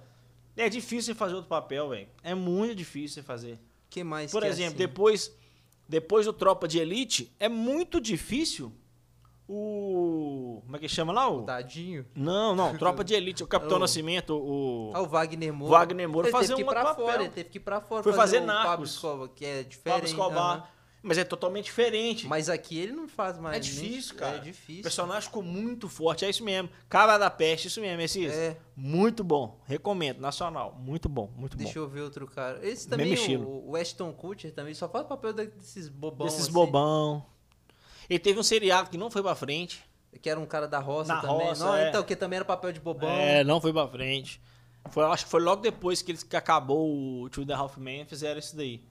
É. difícil você fazer outro papel, velho. É muito difícil você fazer. que mais Por que é exemplo, assim? depois, depois do Tropa de Elite, é muito difícil o. Como é que chama lá? O... Tadinho. Não, não, Tropa de Elite, o Capitão O- Nascimento, o. Ah, o Wagner Moura. Wagner Moura ele fazer teve que um ir pra outro fora, papel. ele teve que ir pra fora. Foi fazer o Narcos. Pablo Escobar, que é diferente. Pablo Escobar. aham. Mas é totalmente diferente. Mas aqui ele não faz mais. é nem- difícil, cara. É O difícil. personagem ficou muito forte, é isso mesmo. Cara da peste, isso mesmo, esse. É. Muito bom, recomendo, nacional. Muito bom, muito Deixa bom. eu ver outro cara. Esse Mesmo também, estilo. o, o Ashton Kutcher também, só faz papel da- desses bobão. Desses assim, bobão. Ele teve um seriado que não foi pra frente. Que era um cara da roça Na também. roça, não, é. então, que também era papel de bobão. É, não foi pra frente. Foi, acho que foi logo depois que eles que acabou o Two and a Half Men fizeram isso daí.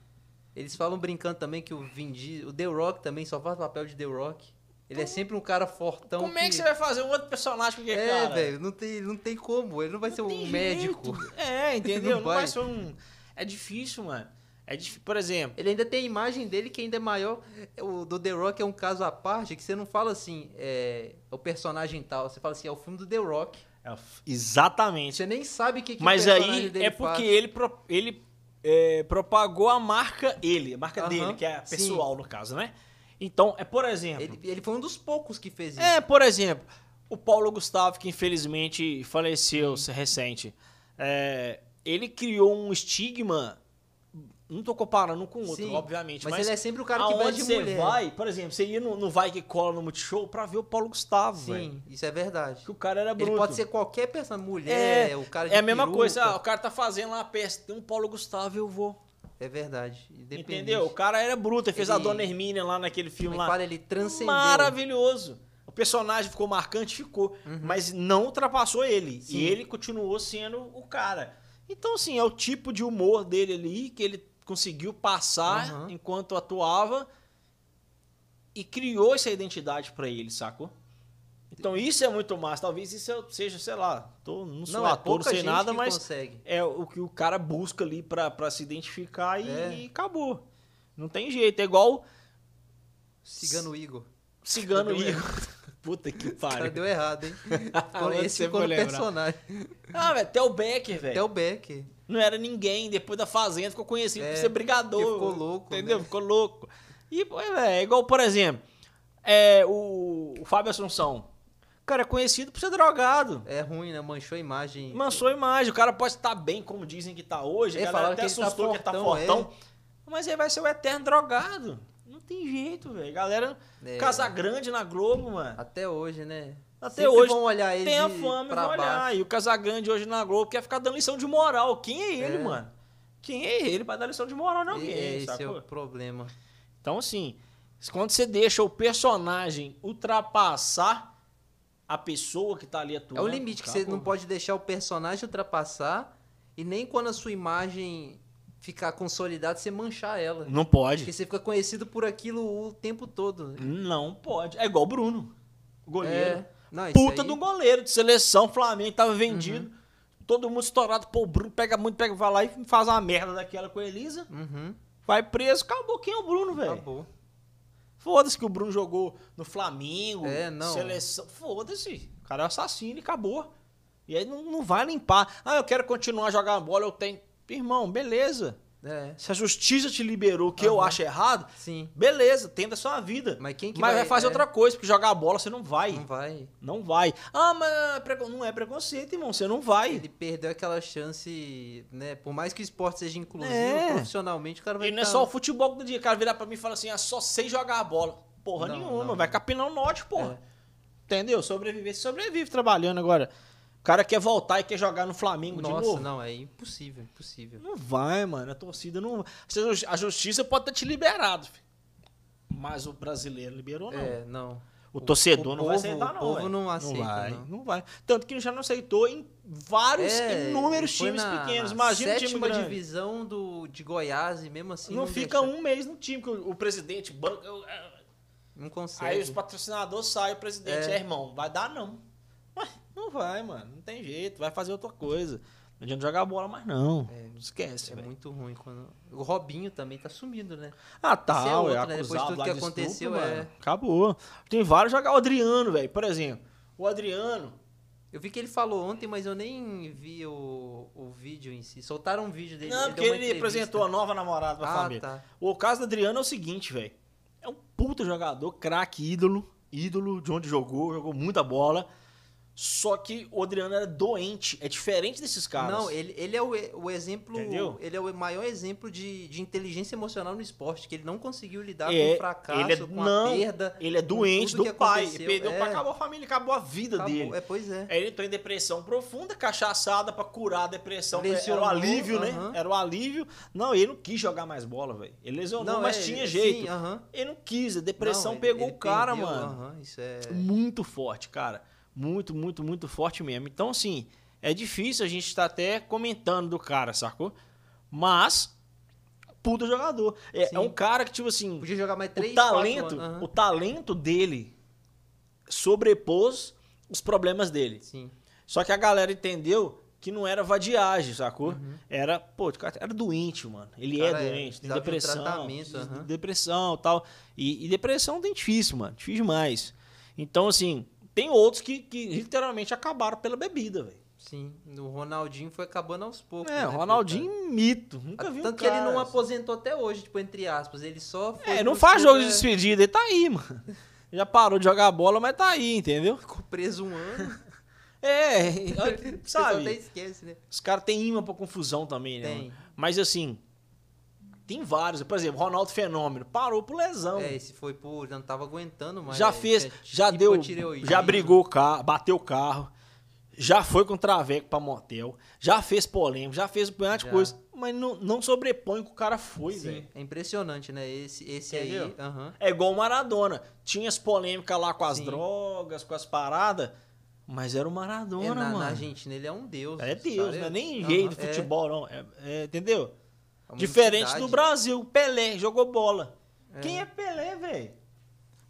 Eles falam brincando também que o Vin Diesel, o The Rock também só faz papel de The Rock. Ele é sempre um cara fortão. Como é que você vai fazer um outro personagem com aquele É, cara? velho, não tem, não tem como. Ele não vai ser Não um tem médico. jeito. É, entendeu? Não não, vai. vai. ser um... É difícil, mano. É difícil. Por exemplo, Ele ainda tem a imagem dele que ainda é maior. O do The Rock é um caso à parte que você não fala assim, é, é o personagem tal. Você fala assim, é o filme do The Rock. é o- exatamente. Você nem sabe o que, que Mas o personagem aí dele é porque faz. ele, pro- ele é, propagou a marca ele, a marca Aham, dele, que é a sim. pessoal, no caso, né? Então, é por exemplo... Ele, ele foi um dos poucos que fez isso. É, por exemplo, o Paulo Gustavo, que infelizmente faleceu recente, é, ele criou um estigma. Não tô comparando um com o outro, Sim, obviamente. mas Mas, ele é sempre o cara que aonde veste você mulher. vai, por exemplo, você ia no, no Vai Que Cola no Multishow pra ver o Paulo Gustavo, velho. Sim, isso é verdade. Que o cara era bruto. Ele pode ser qualquer personagem, mulher, o cara de é a mesma peruca. coisa, ah, o cara tá fazendo lá a peça, tem um Paulo Gustavo, eu vou. É verdade. Independente. Entendeu? O cara era bruto, ele fez a Ele- Dona Hermínia lá naquele Como é filme que lá. fala, ele transcendeu. Maravilhoso. O personagem ficou marcante, ficou. Mas não ultrapassou ele. Uhum. Sim. E ele continuou sendo o cara. Então, assim, é o tipo de humor dele ali que ele conseguiu passar Uhum. enquanto atuava e criou essa identidade pra ele, sacou? Então isso é muito massa. Talvez isso eu seja, sei lá, tô, não sou é ator, não pouca sei gente nada, que mas consegue. é o que o cara busca ali pra, pra se identificar e, É. e acabou. Não tem jeito. É igual Cigano Igor. Cigano Cadê o Igor. Puta que Cara, pariu. deu errado, hein? Ficou- Onde Esse você ficou foi no lembrar? personagem. Ah, velho, até o Becker, velho. Até o Becker. Não era ninguém. Depois da Fazenda ficou conhecido É, por ser brigador. porque ficou louco, Entendeu? né? Ficou louco. E, pô, é, velho, é igual, por exemplo, é, o, o Fábio Assunção. Cara, é conhecido por ser drogado. É ruim, né? Manchou a imagem. Manchou a imagem. O cara pode estar bem, como dizem que tá hoje. A É, galera falaram até que ele tá assustou que ele tá fortão, é. fortão. Mas ele vai ser o eterno drogado. Não tem jeito, velho. Galera, É. Casa Grande na Globo, mano. Até hoje, né? Até Sempre hoje vão olhar ele Tem a de- fama e pra vão olhar. baixo. E o Casagrande hoje na Globo quer ficar dando lição de moral. Quem é ele, É. mano? Quem é ele pra dar lição de moral na E- alguém, é, esse é sacou? o problema. Então, assim, quando você deixa o personagem ultrapassar a pessoa que tá ali atuando... É o limite que você acabou. não pode deixar o personagem ultrapassar e nem quando a sua imagem ficar consolidada, você manchar ela. Não pode. Porque você fica conhecido por aquilo o tempo todo. né? Não pode. É igual o Bruno. Goleiro. É. Não, isso Puta aí- Uhum. do goleiro de seleção, Flamengo, tava vendido. Todo mundo estourado. Pô, o Bruno pega muito, pega, vai lá e faz uma merda daquela com a Elisa. Uhum, Vai preso. Acabou. Quem é o Bruno, velho? acabou. Foda-se que o Bruno jogou no Flamengo, É, não. seleção. Foda-se. O cara é assassino e acabou. E aí não, não vai limpar. Ah, eu quero continuar a jogar bola, eu tenho. Irmão, beleza. É, Se a justiça te liberou, que eu Aham. acho errado, sim. beleza, tenta a sua vida. Mas quem que vai, vai- fazer é. outra coisa, porque jogar bola você não vai. Não vai. Não vai. Ah, mas prego- não é preconceito, irmão. Você não vai. Ele perdeu aquela chance, né? Por mais que o esporte seja inclusivo, É. profissionalmente o cara vai E não é ficar- só o futebol do dia. O cara virar pra mim e falar assim: ah, só sei jogar a bola. Porra Não, nenhuma, não. É. vai capinar o norte, porra. Entendeu? Sobreviver, se sobrevive trabalhando agora. O cara quer voltar e quer jogar no Flamengo de Nossa, novo. não, é impossível, impossível. Não. vai, mano. A torcida não. Se a ju- A justiça pode ter te liberado, filho. Mas o brasileiro liberou, não. É, não. O torcedor o não vai povo- aceitar, o não. povo velho. não aceita, vai, não. vai. Tanto que já não aceitou em vários, É, inúmeros foi times na- pequenos. na Imagina o time sétima grande. divisão do, de Goiás e mesmo assim. não, Não, fica deixa. um mês no time, que o, o presidente é banca. Não consegue. Aí os patrocinadores saem, o presidente, é. É. irmão, vai dar não. Ué, não vai, mano, não tem jeito, vai fazer outra coisa. Não adianta jogar bola mais não. não esquece, É velho. muito ruim quando. O Robinho também tá sumido, né? Ah, tá, Esse é ué, outro, né? acusado Depois de tudo lá que de estupro, aconteceu, mano. é. Acabou. Tem vários jogadores. O Adriano, velho, por exemplo. O Adriano, Eu vi que ele falou ontem, mas eu nem vi o, o vídeo em si. Soltaram um vídeo dele. não, deu porque uma ele entrevista. apresentou a nova namorada pra Ah, família. tá. O caso do Adriano é o seguinte, velho. É um puta jogador, craque, ídolo. Ídolo de onde jogou, jogou muita bola. Só que o Adriano era doente. É diferente desses caras. Não, ele, ele é o, e- o exemplo. Entendeu? Ele é o maior exemplo de, de inteligência emocional no esporte, que ele não conseguiu lidar É, com o fracasso, ele é- com não, a perda. Ele é com doente tudo do que pai. Ele aconteceu. perdeu o pai, É. acabou a família, acabou a vida Acabou. dele. É, pois é. Aí ele entrou em depressão profunda, cachaçada pra curar a depressão. Lesionou, era o alívio, né? aham. Era o alívio. Não, ele não quis jogar mais bola, velho. Ele lesionou, mas é, tinha ele- jeito. Sim, aham. Ele não quis, a depressão Não, ele- pegou ele o cara, perdeu, mano. aham, isso é. muito forte, cara. Muito, muito, muito forte mesmo. Então, assim, é difícil a gente estar até comentando do cara, sacou? Mas, puta jogador. É, Sim. é um cara que, tipo assim, Podia jogar mais três, o quatro talento, anos, aham. o talento dele sobrepôs os problemas dele. Sim. Só que a galera entendeu que não era vadiagem, sacou? Era, pô, o cara era doente, mano. Ele Uhum. Cara, é é, doente, tem precisava de um depressão, tratamento, precisa de aham. depressão e tal. E, e depressão tem difícil, mano, difícil demais. Então, assim, tem outros que, que literalmente acabaram pela bebida, velho. Sim, o Ronaldinho foi acabando aos poucos. É, né, Ronaldinho mito, nunca coitado? vi um Ah, Tanto que cara. ele não aposentou até hoje, tipo, entre aspas. Ele só foi. É, não pro faz clube, jogo de é, despedida, ele tá aí, mano. Já parou de jogar bola, mas tá aí, entendeu? Ficou preso um ano. É, Sabe? até sabe? esquece, né? Os caras têm imã pra confusão também, né? Tem. mano? Mas assim, tem vários. Por exemplo, Ronaldo Fenômeno parou por lesão. É, esse foi por. Não tava aguentando mais. já né, fez, tinha já deu, hipotireoidismo. já brigou o carro, bateu o carro, já foi com traveco pra motel, já fez polêmica, já fez um monte de Já. coisa. Mas não, não sobrepõe o que o cara foi, velho. Sim, é impressionante, né? Esse, esse aí. Entendeu? aham. É igual o Maradona. Tinha as polêmicas lá com as Sim. drogas, com as paradas, mas era o Maradona, É, na, mano. na Argentina ele é um deus. é sabe? Deus, não é nem Aham, jeito do é, futebol, não. É- é, entendeu? é uma Diferente entidade. do Brasil, Pelé jogou bola. Quem é Pelé, velho?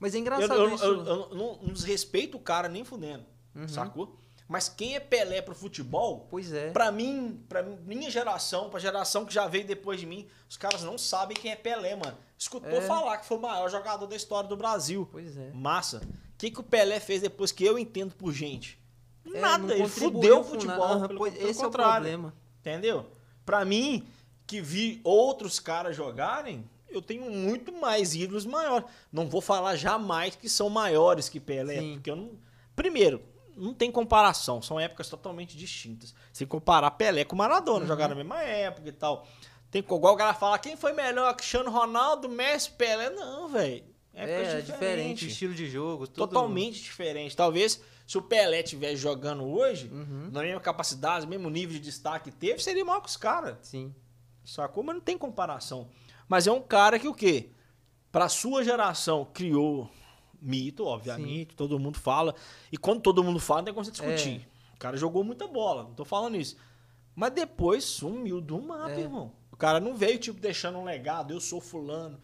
Mas é Eu, engraçado é eu- isso. Uhum. eu- eu não, não desrespeito o cara nem fudendo, sacou? Mas quem é Pelé pro futebol, Pois é. pra mim, pra minha geração, pra geração que já veio depois de mim, os caras não sabem quem é Pelé, mano. Escutou É. falar que foi o maior jogador da história do Brasil. Pois é. Massa. O que, que o Pelé fez depois que eu entendo por gente? É, Nada, não ele contribuiu fudeu o com futebol. nada. Aham, pelo, pois- pelo esse é o contrário. problema. Entendeu? Pra mim, que vi outros caras jogarem, eu tenho muito mais ídolos maiores. Não vou falar jamais que são maiores que Pelé, Sim. porque eu não. Primeiro, não tem comparação, são épocas totalmente distintas. Se comparar Pelé com Maradona, Uhum. jogaram na mesma época e tal. Tem co- igual o cara fala, quem foi melhor, Cristiano Ronaldo, Messi, Pelé? Não, velho. épocas É, é diferente, diferentes. estilo de jogo, tudo. Totalmente diferente. Talvez se o Pelé estivesse jogando hoje, Uhum. na mesma capacidade, no mesmo nível de destaque que teve, seria maior que os caras. Sim. Sacou? Mas não tem comparação. Mas é um cara que o quê? Pra sua geração criou mito, obviamente, todo mundo fala. E quando todo mundo fala, não tem como você discutir. É. O cara jogou muita bola, não tô falando isso. Mas depois sumiu do mapa, É. irmão. O cara não veio, tipo, deixando um legado. Eu sou fulano,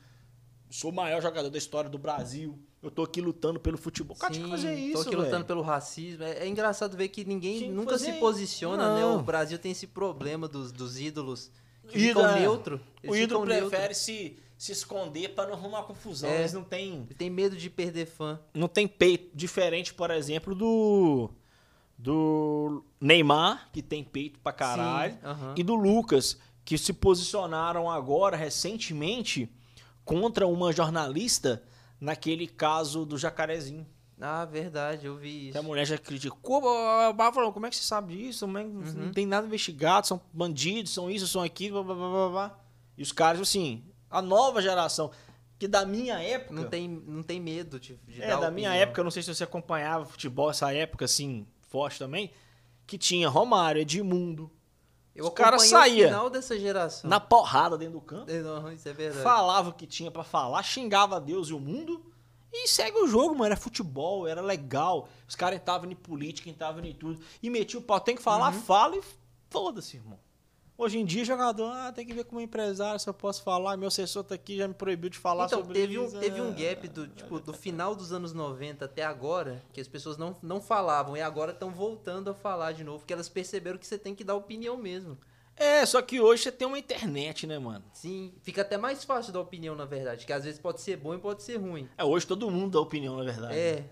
sou o maior jogador da história do Brasil. Eu tô aqui lutando pelo futebol. O cara tinha Sim, que fazer isso, Tô aqui lutando velho. pelo racismo. É, é engraçado ver que ninguém Tinha que nunca fazer se isso. posiciona, né? Não. O Brasil tem esse problema dos, dos ídolos que Ídolo, ficam é. neutro. O eles ídolo ficam neutro. prefere se, se esconder pra não arrumar confusão. É. Eles não têm... Ele tem medo de perder fã. não tem peito. Diferente, por exemplo, do. Do Neymar, que tem peito pra caralho. Sim, aham. E do Lucas, que se posicionaram agora, recentemente, contra uma jornalista naquele caso do jacarezinho. Ah, verdade, eu vi Que isso. a mulher já criticou, blá, blá, blá, falou, como é que você sabe disso? Como é que Não Uhum. tem nada investigado, são bandidos, são isso, são aquilo, blá, blá, blá, blá, blá. E os caras, assim, a nova geração, que da minha época... Não tem, não tem medo de, de É, dar da minha opinião. época, eu não sei se você acompanhava futebol, essa época assim, forte também, que tinha Romário, Edmundo, Eu Os cara acompanhei o saía. final dessa geração. na porrada dentro do campo, É, não, isso é verdade. falava o que tinha pra falar, xingava Deus e o mundo, e segue o jogo, mano. Era futebol, era legal. Os caras entravam em política, entravam em tudo, e metia o pau. Tem que falar, Uhum. fala e foda-se, irmão. Hoje em dia, jogador, ah, tem que ver como empresário se eu posso falar. Meu assessor tá aqui, já me proibiu de falar então, sobre teve um, isso. teve um Ah. gap do, tipo, do final dos anos 90 até agora, que as pessoas não, não falavam, e agora estão voltando a falar de novo, porque elas perceberam que você tem que dar opinião mesmo. É, só que hoje você tem uma internet, né, mano? Sim, fica até mais fácil dar opinião, na verdade, que às vezes pode ser bom e pode ser ruim. É, hoje todo mundo dá opinião, na verdade. É,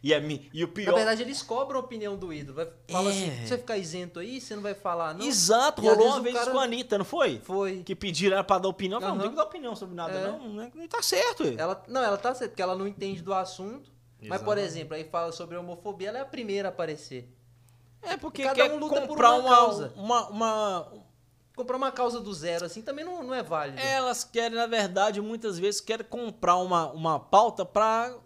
E, a mi- e o na pior. verdade eles cobram a opinião do ídolo, vai, fala É. assim, você vai ficar isento aí, você não vai falar não? Exato, E às rolou vezes uma o vez cara- isso com a Anitta, não foi? Foi. Que pediram ela pra dar opinião. Ela falou, não Aham. tem que dar opinião sobre nada, É. não. Não, é- não tá certo. ué. Ela, não, ela tá certa, porque ela não entende do assunto, mas por Exato. exemplo, aí fala sobre a homofobia, ela é a primeira a aparecer. É porque Cada quer um luta por comprar uma uma, causa. uma- uma- Comprar uma causa do zero assim também não, não é válido. Elas querem, na verdade, muitas vezes, querem comprar uma, uma pauta pra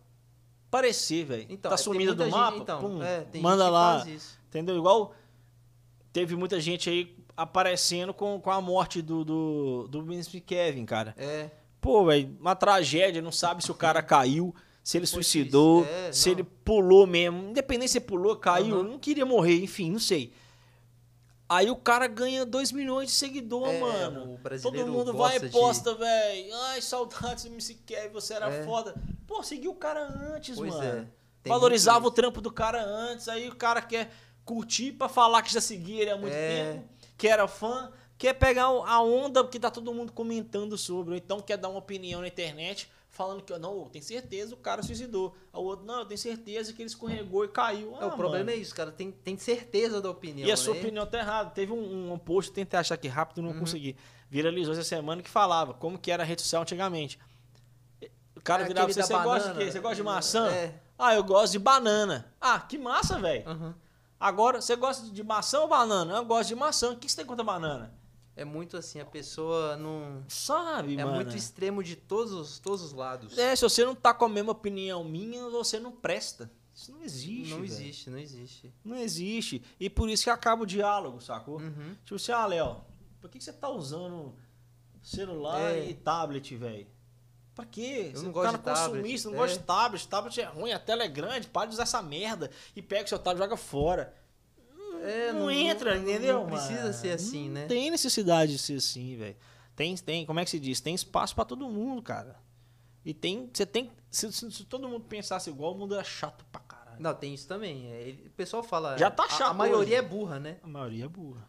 parecer, velho. Então, tá é, tem sumida muita do gente- mapa, então, pum, é, tem manda gente que lá. faz isso. Entendeu? Igual teve muita gente aí aparecendo com, com a morte do, do, do Vince Kevin, cara. É, Pô, velho, uma tragédia, não sabe se o cara caiu, se ele Foi suicidou, difícil, é, se não. ele pulou mesmo. Independente se ele pulou, caiu, Aham. não queria morrer, enfim, não sei. Aí o cara ganha 2 milhões de seguidor, É, mano. o brasileiro Todo mundo vai gosta e de- posta, velho. Ai, saudades do MC Kevin, você era É. foda. Pô, seguiu o cara antes, pois mano. é. Tem Valorizava o muito trampo do cara antes, aí o cara quer curtir pra falar que já seguia ele há muito É. tempo, que era fã, quer pegar a onda que tá todo mundo comentando sobre, ou então quer dar uma opinião na internet falando que, não, eu tenho certeza o cara suicidou. Aí O outro, não, eu tenho certeza que ele escorregou e caiu. isso. Ah, É, o problema mano. é isso, cara. Tem, tem certeza da opinião. E a sua né? Uhum. opinião tá errada. Teve um, um post, tentei achar aqui rápido, não consegui. Viralizou essa semana que falava como que era a rede social antigamente. O cara É virava aquele você, da você gosta de banana, quê? Você gosta de é, maçã? é. Ah, eu gosto de banana. Ah, que massa, velho. Aham. Agora, você gosta de maçã ou banana? Eu gosto de maçã. O que você tem contra banana? É muito assim, a pessoa não. Sabe, É mano? muito extremo de todos os, todos os lados. É, se você não tá com a mesma opinião minha, você não presta. Isso não existe, não velho. existe, não existe. Não existe. E por isso que acaba o diálogo, sacou? Uhum. Tipo assim, ah, Léo, por que que você tá usando celular É. e tablet, velho? Pra quê? Eu você não tá gosto no de tablet, consumista, não é. gosta de tablet. Tablet é ruim, a tela é grande, para de usar essa merda. E pega o seu tablet e joga fora. É, não, entra, entendeu? Não precisa mano? ser assim, Não né? Tem necessidade de ser assim, velho. Tem, tem, como é que se diz? Tem espaço pra todo mundo, cara. E tem. Você tem. Se, se- se todo mundo pensasse igual, o mundo é chato pra caralho. Não, tem isso também. é, ele- o pessoal fala. Já tá a- A, chato hoje. maioria é burra, né? A maioria é burra.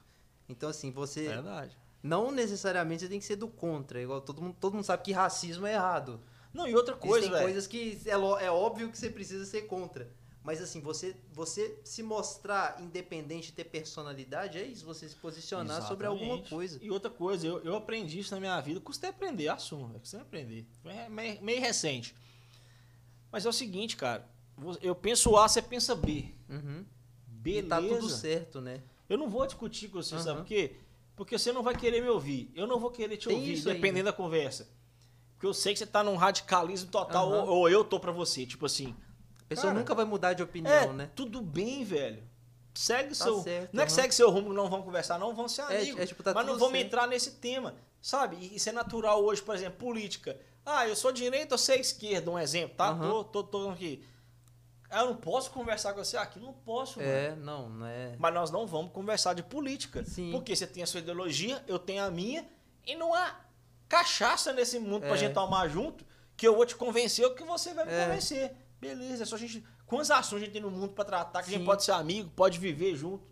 Então, assim, É. você. Verdade. Não necessariamente você tem que ser do contra. Igual todo mundo, todo mundo sabe que racismo é errado. Não, e outra coisa, Existem velho. coisas que é, lo- é óbvio que você precisa ser contra. Mas assim, você, você se mostrar independente, ter personalidade, é isso, você se posicionar sobre alguma Exatamente. coisa. E outra coisa, eu, eu aprendi isso na minha vida. Custei aprender, assumo. É que você aprender. É meio, meio recente. Mas é o seguinte, cara. vo- Eu penso A, você pensa B. Uhum. E Beleza. tá tudo certo, né? Eu não vou discutir com você, sabe Aham. por quê? Porque você não vai querer me ouvir. Eu não vou querer te Tem ouvir, isso aí, dependendo da conversa. Porque eu sei que você tá num radicalismo total, Aham. ou, ou eu tô pra você. Tipo assim. A pessoa Cara, nunca vai mudar de opinião, é, né? Tá tudo bem, velho. Segue seu. certo, não é que aham. segue seu rumo, não vão conversar, não vão ser É, amigos. é, tipo, tá mas não tudo vamos certo. entrar nesse tema. Sabe? E Isso é natural hoje, por exemplo, política. Ah, eu sou direita, você é esquerda, um exemplo, tá? Aham. Tô, tô, tô falando aqui. Ah, eu não posso conversar com você. Ah, aqui não posso, mano. É, não, não é. Mas nós não vamos conversar de política. Sim. Porque você tem a sua ideologia, eu tenho a minha, e não há cachaça nesse mundo pra É. gente tomar junto que eu vou te convencer ou que você vai me É. convencer. Beleza, é só a gente. Quantos assuntos a gente tem no mundo pra tratar que a gente Sim. Uhum. pode ser amigo, pode viver junto?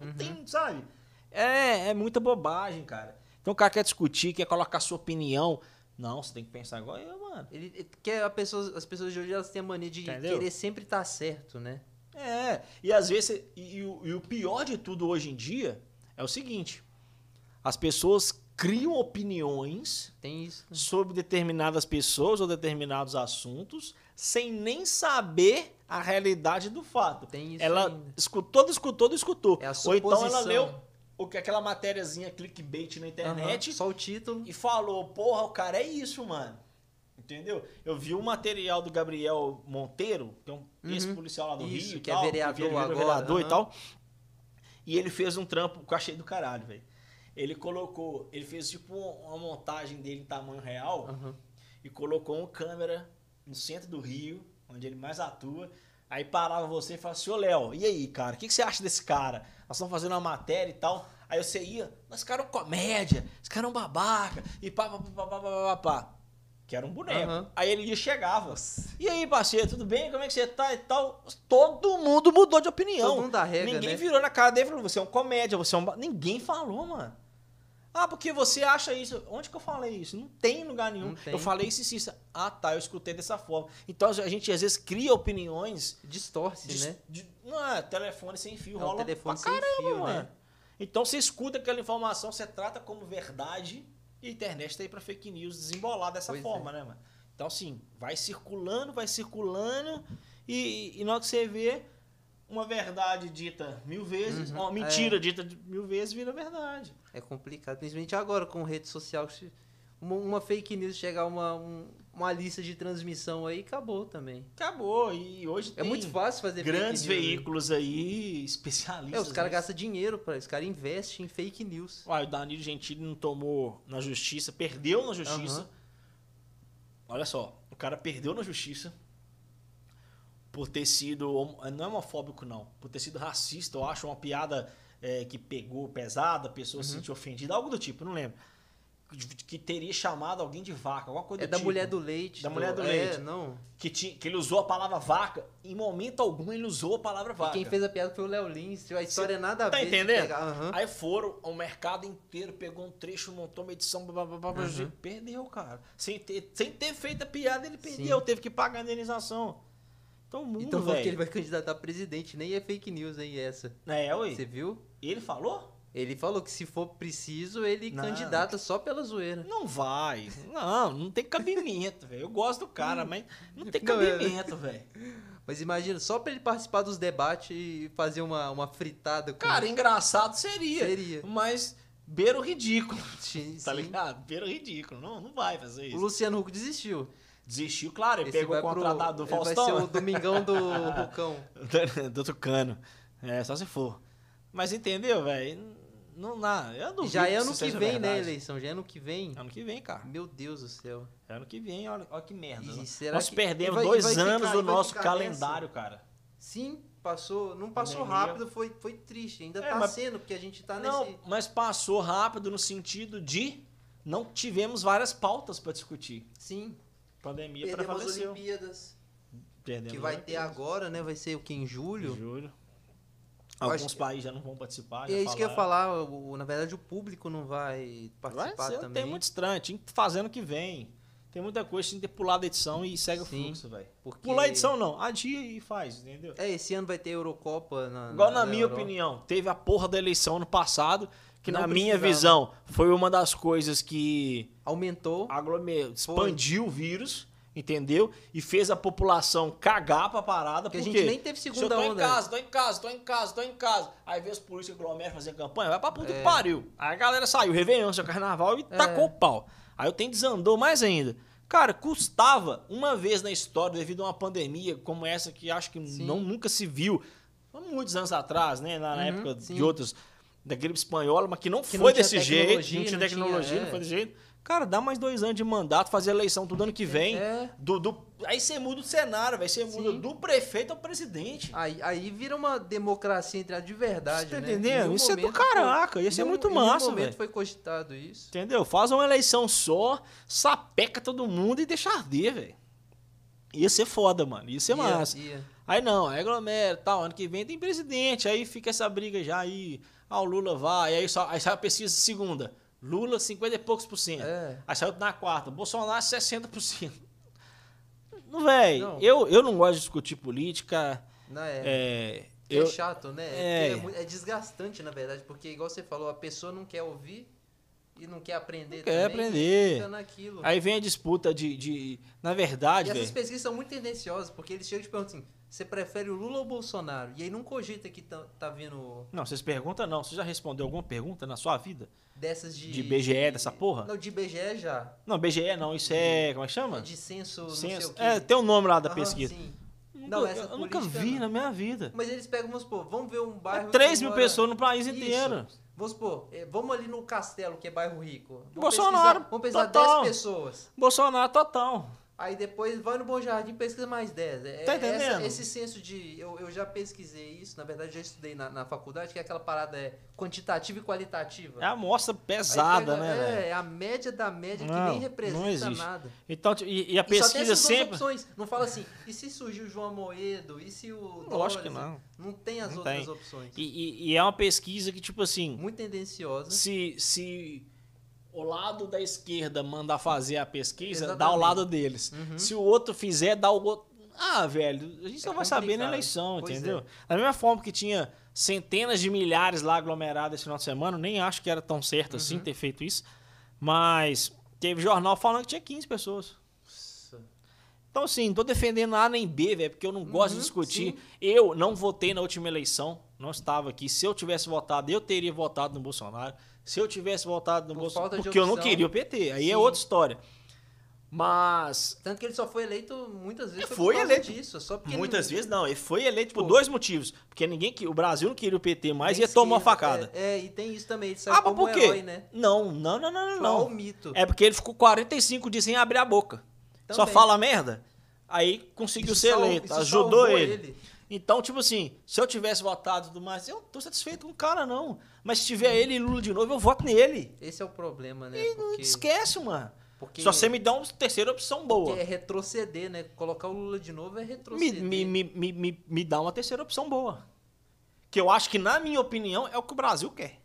Não tem, sabe? É, é muita bobagem, cara. Então o cara quer discutir, quer colocar sua opinião. Não, você tem que pensar igual eu, mano. Ele, ele quer a pessoa, as pessoas de hoje elas têm a mania de Entendeu? querer sempre estar certo, né? É, e às vezes, e, e o, e o pior de tudo hoje em dia é o seguinte: as pessoas criam opiniões Tem isso. sobre determinadas pessoas ou determinados assuntos sem nem saber a realidade do fato. Tem isso. Ela ainda. escutou, escutou, escutou. É a ou então ela suposição. leu o que aquela matériazinha clickbait na internet Aham, Só o título. e falou: Porra, o cara é isso, mano. Entendeu? Eu vi um material do Gabriel Monteiro, que é um Uhum. ex-policial lá do Isso, Rio. e que é tal, vereador virou agora, vereador e aham. tal. E ele fez um trampo que eu achei do caralho, velho. Ele colocou, ele fez tipo uma montagem dele em tamanho real Aham. e colocou uma câmera no centro do Rio, onde ele mais atua. Aí parava você e falava assim, ô Léo, e aí, cara, o que, que você acha desse cara? Nós estamos fazendo uma matéria e tal. Aí você ia, mas esse cara é um comédia, esse cara é um babaca, e pá, pá, pá, pá, pá, pá, pá, pá. Que era um boneco. Aham. Aí ele ia e chegava. E aí, parceiro, tudo bem? Como é que você tá e tal? Todo mundo mudou de opinião. Todo mundo dá regra, Ninguém né? virou na cara dele e falou, você é um comédia, você é um... ba-". Ninguém falou, mano. Ah, porque você acha isso. Onde que eu falei isso? Não tem em lugar nenhum. Não tem. Eu falei isso e isso. Ah, tá, eu escutei dessa forma. Então a gente às vezes cria opiniões. Distorce, De, né? de- não é, telefone sem fio, É rola o telefone pra sem caramba, fio, mano. né? Então você escuta aquela informação, você trata como verdade e a internet tá aí pra fake news desembolar dessa Pois é. forma, né, mano? Então, assim, vai circulando, vai circulando e, e na hora que você vê uma verdade dita mil vezes, Uhum, uma mentira dita mil vezes vira verdade. É complicado, principalmente agora com rede social. se Uma, uma fake news chegar uma, um- uma lista de transmissão aí, acabou também. Acabou. E hoje É tem muito fácil fazer grandes fake news, né? veículos né? aí, especialistas. É, os caras nisso. gastam dinheiro para isso, os caras investem em fake news. Olha, o Danilo Gentili não tomou na justiça, perdeu na justiça. Aham. Olha só, o cara perdeu na justiça por ter sido. homo- Não é homofóbico, não. Por ter sido racista, eu acho, uma piada é, que pegou pesada, a pessoa Uhum. se sentiu ofendida, algo do tipo, não lembro. De- Que teria chamado alguém de vaca, alguma coisa É do da tipo. mulher do leite. Da mulher do é, leite. não. Que, tinha, que ele usou a palavra vaca. Em momento algum ele usou a palavra E vaca. quem fez a piada foi o Léo Lins. A história é nada a tá ver. se entendendo? pegar- Aham. Aí foram ao mercado inteiro, pegou um trecho, montou uma edição, blá, blá, blá, blá, Uhum. perdeu, cara. Sem ter, sem ter feito a piada, ele perdeu, teve que pagar a indenização. Então o mundo, Então falando que ele velho. vai candidatar a presidente. Nem é fake news aí essa. É, oi. Você viu? Ele falou? Ele falou que se for preciso, ele Não. candidata só pela zoeira. Não vai. Não, não tem cabimento, velho. Eu gosto do cara, mas não tem Hum. Não, é. cabimento, velho. Mas imagina, só pra ele participar dos debates e fazer uma, uma fritada com Cara, engraçado seria. Seria. Mas beira o ridículo. Sim, Tá sim. ligado? Beira o ridículo. Não, não vai fazer O isso. Luciano Huck desistiu. Desistiu, claro, ele Esse pegou o vai pro- contratado do ele Faustão. Vai ser o Domingão do Rucão. do Tucano. É, só se for. Mas entendeu, velho? Não dá. Eu duvido Já é isso ano que seja vem, né, verdade. eleição? Já é ano que vem. Ano que vem, cara. Meu Deus do céu. É Ano que vem, olha, olha que merda. E né? será Nós que- perdemos e vai- e dois vai ficar- anos e do vai nosso ficar calendário, cara. Sim, passou. Não passou Pandemia. rápido, foi, foi triste. Ainda É, tá mas- sendo, porque a gente tá não, nesse. mas passou rápido no sentido de não tivemos várias pautas pra discutir. Sim. Pandemia Perdemos as prevaleceu. Olimpíadas. Perdemos Que as vai ter Olimpíadas. agora, né? Vai ser o que? Em julho? Julho. Eu Alguns acho que- países já não vão participar. E já é isso que eu ia falaram. falar. o- na verdade, o público não vai participar Vai ser, também. é? tem muito estranho. Tinha que fazer ano que vem. Tem muita coisa, tem que ter pulado a edição e segue Sim. o fluxo, velho. Porque- Pular a edição não, adia e faz, entendeu? É, esse ano vai ter Eurocopa Ah, na. Igual na, minha Europa. opinião, teve a porra da eleição ano passado, que Não na minha precisava. visão foi uma das coisas que Aumentou. Ah, aglomerou, expandiu o vírus, entendeu? E fez a população cagar pra parada, Porque porque a gente nem teve Se eu segunda tô em onda. casa, tô em casa, tô em casa, tô em casa. Aí vê os polícias aglomeram fazendo campanha, vai pra puta É. que pariu. Aí a galera saiu, Réveillon, seu carnaval e tacou o pau. Aí o tem desandou mais ainda. Cara, custava uma vez na história, devido a uma pandemia como essa que acho que Sim. não, nunca se viu. Há Muitos anos atrás, né? Na, na Uhum, época sim. de outros, da gripe espanhola, mas que não Que foi não tinha desse jeito, tecnologia, não tinha não tecnologia, tinha, não foi é. desse jeito. Cara, dá mais dois anos de mandato, fazer eleição tudo ano que vem. É. Do, do- aí você muda o cenário, velho. Você muda Sim. do prefeito ao presidente. Aí, aí vira uma democracia entre a de verdade, Você tá né? Em entendendo? nenhum Isso é do momento caraca, foi- ia ser em nenhum- muito em nenhum massa, momento velho. foi cogitado isso. Entendeu? Faz uma eleição só, sapeca todo mundo e deixa arder, velho. Ia ser foda, mano. Ia ser Ia- massa. ia. Aí não, aí aglomera, tal, ano que vem tem presidente, aí fica essa briga já, aí, ah, o Lula vai, aí só, aí sai a pesquisa segunda, Lula 50 e poucos por cento, É. aí saiu na quarta, Bolsonaro 60 por cento. Não, velho, Não. eu, eu não gosto de discutir política, Não, é, é, que é eu, chato, né? É. É, porque é muito- é desgastante, na verdade, porque igual você falou, a pessoa não quer ouvir e não quer aprender Não quer também, e aprender. Fica naquilo. aí vem a disputa de, de na e verdade, essas velho, pesquisas são muito tendenciosas, porque eles chegam e te perguntam assim, você prefere o Lula ou o Bolsonaro? E aí não cogita que tá, tá vindo Não, vocês perguntam não. Você já respondeu alguma pergunta na sua vida? dessas de... De BGE, dessa porra? Não, de BGE já. Não, BGE não, isso é. Como é que chama? De censo, Tipo, não sei o Censo. quê. É, tem o nome lá da Aham, pesquisa. sim. Nunca- Não, essa eu nunca política né? vi não. na minha vida. Mas eles pegam, vamos supor, vamos ver um bairro... É que 3 mil mora- pessoas no país Isso. inteiro. Vamos supor, eh, vamos ali no Castelo, que é bairro rico. Vamos Bolsonaro, pesquisar- Vamos pesquisar total. 10 pessoas. Bolsonaro total. Aí depois vai no Bom Jardim pesquisa mais 10. É- Tá é essa- entendendo? esse senso de. Eu, eu já pesquisei isso, na verdade já estudei na, na faculdade, que é aquela parada é quantitativa e qualitativa. É a amostra Aí pesada, pega- né? É, velho? é a média da média Não, que nem não representa existe. nada. Então, t- e, e E só a tem pesquisa essas duas sempre. opções. Não fala assim, e se surgiu o João Moedo? E se o. Lógico que Dória? não. Não tem as Não outras tem. opções. E, e- e é uma pesquisa que, tipo assim. Muito tendenciosa. Se, se o lado da esquerda mandar fazer a pesquisa, dá o Exatamente. Uhum. lado deles. Se o outro fizer, dá o outro. Ah, velho, a gente só vai saber na É complicado. eleição, Pois entendeu? é. Da mesma forma que tinha centenas de milhares lá aglomerados esse final de semana, nem acho que era tão certo Uhum. assim ter feito isso, mas teve jornal falando que tinha 15 pessoas. Nossa. Então, assim, não tô defendendo A nem B, velho, porque eu não gosto de Uhum, discutir. Eu não votei na última eleição, não estava aqui. Se eu tivesse votado, eu teria votado no Bolsonaro. Se eu tivesse votado no Por falta de Bolsonaro, porque eu não opção. queria o PT, aí é Sim. outra história. Mas, Tanto que ele só foi eleito muitas vezes. Ele por foi causa eleito. Disso, só porque muitas ele- vezes não, ele foi eleito por Pô. dois motivos. Porque ninguém que o Brasil não queria o PT mais e tem ia tomar uma esquerda, facada. É, é, e tem isso também. Ele saiu ah, mas como por quê? herói, né? Não, não, não, não, não. Não. não. o mito. É porque ele ficou 45 dias sem abrir a boca. É, Só Também. fala assim merda. Aí conseguiu Isso ser salvou- eleito, isso ajudou salvou ele. Então, tipo assim, se eu tivesse votado e tudo mais, eu não tô satisfeito com o cara, não. Mas se tiver ele e Lula de novo, eu voto nele. Esse é o problema, né? Não Porque, Esquece, mano. porque Só você me dá uma terceira opção que boa. é retroceder, né? Colocar o Lula de novo é Me, retroceder. me, me, me, me, me dá uma terceira opção boa. Que eu acho que, na minha opinião, é o que o Brasil quer.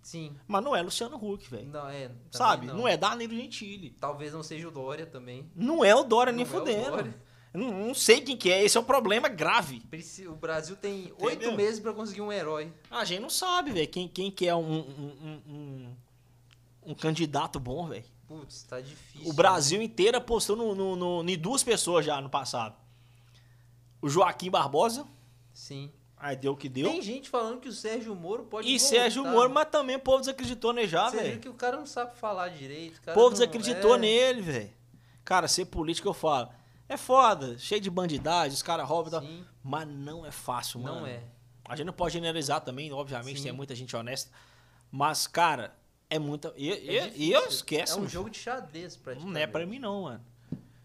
Sim. Mas não é Luciano Huck, velho. Não, é. também Sabe? Não. Não é Danilo Gentili. Talvez não seja o Dória também. Não é o Dória nem Não é o fudendo. Dória. Eu não, não sei quem que é. Esse é um problema grave. Preci- O Brasil tem oito Entendeu? meses pra conseguir um herói. A gente não sabe, velho, quem, quem que é um, um, um, um- um candidato bom, velho. Putz, tá difícil. O Brasil inteiro apostou no, no- no- em duas pessoas já no passado. O Joaquim Barbosa, Sim. aí deu o que deu. Tem gente falando que o Sérgio Moro pode e voltar. Sérgio Moro, mas também o povo desacreditou nele já, Você viu velho. que o cara não sabe falar direito. O O cara povo não- desacreditou é. nele, velho. Cara, ser político, eu falo, é foda, cheio de bandidagem, os caras roubam e tal. Sim, Mas não é fácil, mano. não é. A gente não pode generalizar também, obviamente, Sim. tem muita gente honesta. Mas, cara, é muita. E, e- É e eu difícil. esqueço. É um mano. jogo de xadrez praticamente. não é pra mim, não, mano.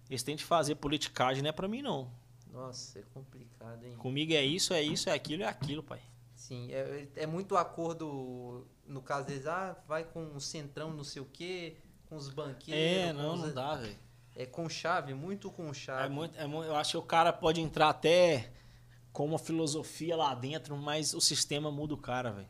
Eles têm de fazer politicagem, não é pra mim, não. Nossa, é complicado, hein? Comigo é isso, é isso, é aquilo, é aquilo, pai. Sim, é, é muito acordo, no caso deles, ah, vai com o centrão não sei o quê, com os banqueiros. é, com não, os- não dá, velho. É com chave, muito com chave. É muito, é mu- eu acho que o cara pode entrar até com uma filosofia lá dentro, mas o sistema muda o cara, velho.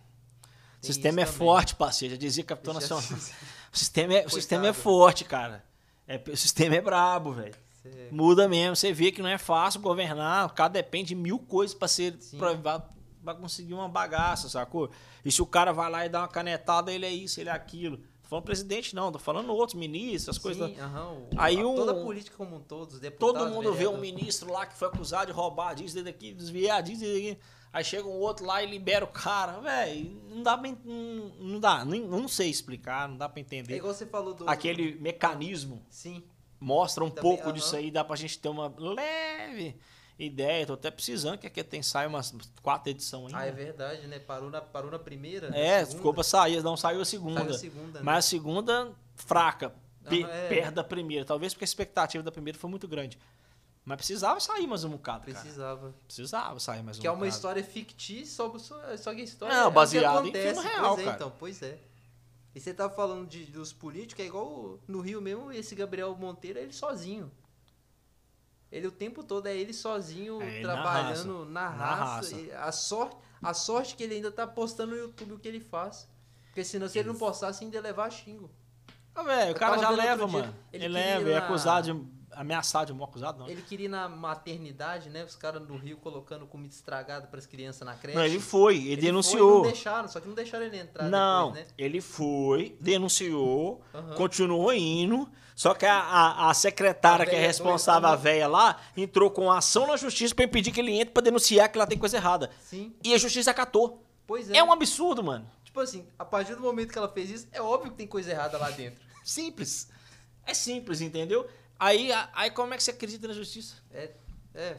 O Tem sistema é isso também. forte, parceiro. Já dizia Capitão Nacional. O sistema é, o sistema é Coitado. forte, cara. É, o sistema é brabo, velho. Cê- Muda mesmo. Você vê que não é fácil governar. O cara depende de mil coisas pra ser. Sim. Pra, pra- pra conseguir uma bagaça, sacou? E se o cara vai lá e dá uma canetada, ele é isso, ele é aquilo. Tô falando presidente, não. Tô falando outros ministros, as coisas. tá- Sim, aham, o- Aí a- um- Toda a política como um todo, os deputados, Todo mundo vê um vereadores. ministro lá que foi acusado de roubar disso, desse daqui, desviar disso, desse daqui. Aí chega um outro lá e libera o cara. Véi, não dá bem. Não, não dá. Nem, não sei explicar, não dá pra É entender. igual você falou do... Aquele mecanismo Sim, mostra um Também, pouco aham. disso aí, dá pra gente ter uma leve ideia. Tô até precisando, que aqui tem sair umas quatro edições ah, é ainda. verdade, né? Parou na, parou na primeira, na é, segunda, ficou pra sair, não saiu saiu a segunda. a segunda, né? Mas a segunda, fraca. Pe Aham, é. Perto da primeira. Talvez porque a expectativa da primeira foi muito grande. Mas precisava sair mais um bocado, cara. Precisava. Precisava sair mais um Que é uma bocado. história fictícia, só, só, só que a história Não, é o que baseado em acontece. filme real, pois é, cara. então, pois é. E você tá falando de, dos políticos, é igual o- no Rio mesmo, esse Gabriel Monteiro, é ele sozinho. Ele o tempo todo é ele sozinho, É ele na trabalhando na na raça. raça. E A, sorte, a sorte que ele ainda tá postando no YouTube o que ele faz. Porque senão, se ele não postasse, ainda ia levar xingo. Ah, velho, o Eu cara tava já vendo outro leva, dia, mano. Ele, ele queria leva, é na- acusado de. Ameaçado de acusado, não. Ele queria ir na maternidade, né? Os caras no Rio colocando comida estragada pras crianças na creche. Não, ele foi, ele, Ele foi e denunciou. não deixaram, só que não deixaram ele entrar Não, depois, né? ele foi, denunciou, Aham. continuou indo. Só que a, a- a secretária A que é véia responsável, doida, a véia lá, entrou com ação na justiça pra impedir que ele entre pra denunciar que lá tem coisa errada. Sim, E a justiça acatou. pois é. É um absurdo, mano. Tipo assim, a partir do momento que ela fez isso, é óbvio que tem coisa errada lá dentro. Simples. É simples, entendeu? Aí, a- aí como é que você acredita na justiça? É, é,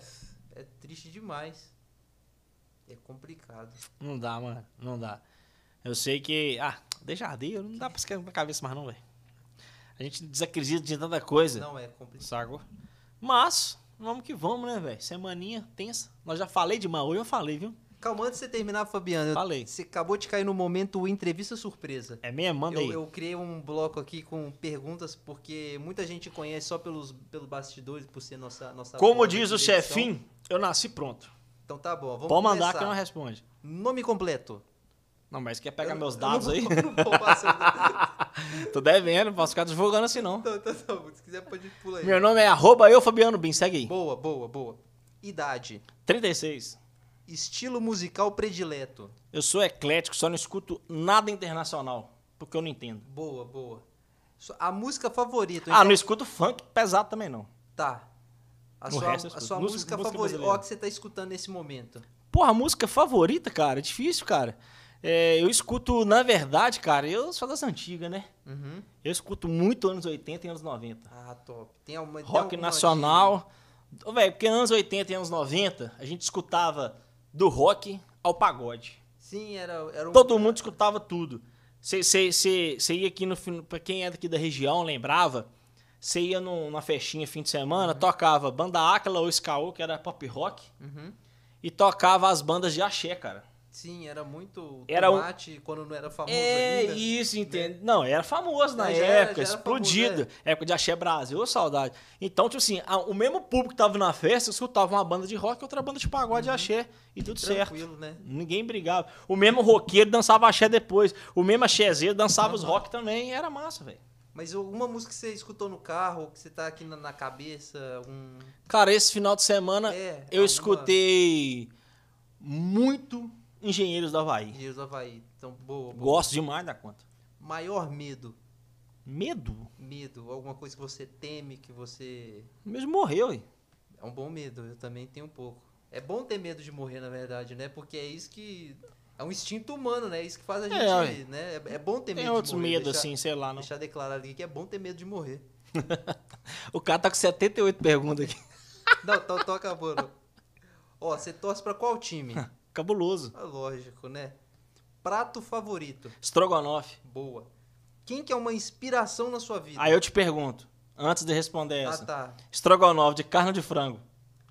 é triste demais. É complicado. Não dá, mano. Não dá. Eu sei que. Ah, Dejardeiro não dá pra esquecer na cabeça mais, não, velho. A gente desacredita de tanta coisa. Não é complicado. Sago. Mas, vamos que vamos, né, velho? Semaninha tensa. Nós já falei de mal, eu falei, viu? Calma, antes de você terminar, Fabiano, eu- Falei. você acabou de cair no momento entrevista surpresa. É mesmo? Manda Eu, aí. eu criei um bloco aqui com perguntas, porque muita gente conhece só pelos, pelos bastidores, por ser nossa... nossa Como bola diz de o edição. chefinho, eu nasci pronto. Então tá bom, vamos Pode mandar começar. que não responde. Nome completo. Não, mas quer pegar Eu- meus eu dados não aí? vou- não vou passar. Tô devendo, não posso ficar divulgando assim, não. Então, então, tá bom. se quiser pode pular aí. Meu nome é arroba eu, Fabiano Bin, segue aí. Boa, boa, boa. Idade. 36. Estilo musical predileto. Eu sou eclético, só não escuto nada internacional, porque eu não entendo. Boa, boa. Sua- A música favorita. Ah, então- não escuto funk pesado também, não. Tá. A No sua, resto a eu escuto. sua Música- música, música favorita. brasileira. Ó, que você tá escutando nesse momento. Porra, a música favorita, cara, é difícil, cara. É, eu escuto, na verdade, cara, eu sou das antigas, né? Uhum. Eu escuto muito anos 80 e anos 90. Ah, top. Tem alguma. tem Rock alguma nacional. Ô, Velho, porque anos 80 e anos 90, a gente escutava do rock ao pagode. de- Sim, era, era um. Todo mundo escutava tudo. Você ia aqui no. fin- Pra quem é daqui da região, lembrava. Você ia num- numa festinha fim de semana, tocava banda Acla ou Skaô, que era pop rock, Uhum. e tocava as bandas de axé, cara. Sim, era muito Era um- tomate quando não era famoso É ainda. isso, entende? Não, era famoso é. na Não, já época, era- já era explodido. famoso, Época de Axé Brasil, ô saudade. Então, tipo assim, a- o mesmo público que tava na festa escutava uma banda de rock e outra banda de pagode de Axé. E tudo certo. Tranquilo, né? Ninguém brigava. O mesmo roqueiro dançava axé depois. O mesmo axézeiro dançava os rock também. Era massa, velho. Mas alguma música que você escutou no carro, que você tá aqui na, na cabeça, algum. Cara, esse final de semana É, eu alguma- escutei muito Engenheiros do Havaí. Engenheiros do Havaí. Então, boa, boa. Gosto demais da conta. Maior medo. Medo? Medo, alguma coisa que você teme, que você. Mesmo morreu, hein? É um bom medo, eu também tenho um pouco. É bom ter medo de morrer, na verdade, né? Porque é isso que. É um instinto humano, né? É isso que faz a gente. ué. né? É, é bom ter medo Tem de outros morrer. medos, deixar, assim, sei lá, não. Deixar declarado aqui que é bom ter medo de morrer. O cara tá com 78 perguntas aqui. Não, tô, tô acabando. Ó, você torce pra qual time? Cabuloso. Ah, Lógico, né? Prato favorito. Strogonoff. Boa. Quem que é uma inspiração na sua vida? Aí eu te pergunto, antes de responder Ah, essa. tá. Strogonoff de carne ou de frango?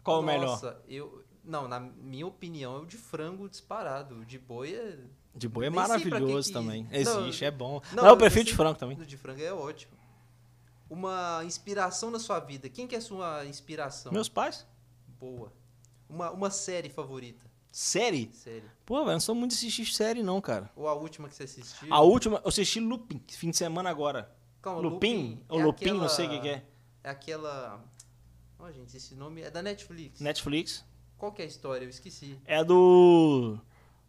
Qual o melhor? Nossa, eu. Não, na minha opinião, é o de frango disparado. O de boi é. De boi é Nem sei pra que maravilhoso que- também. Não, Existe, é bom. Não, eu- eu prefiro eu de sei- frango também. O de frango é ótimo. Uma inspiração na sua vida. Quem que é a sua inspiração? Meus pais? Boa. Uma, uma série favorita. Série? Série. Pô, velho, não sou muito de assistir série, não, cara. Ou a última que você assistiu. A última, eu assisti Lupin, fim de semana agora. Calma, Lupin? Ou é Lupin, aquela- não sei o que, que é. É aquela. Ó, gente, esse nome é da Netflix. Netflix. Qual que é a história? Eu esqueci. É do.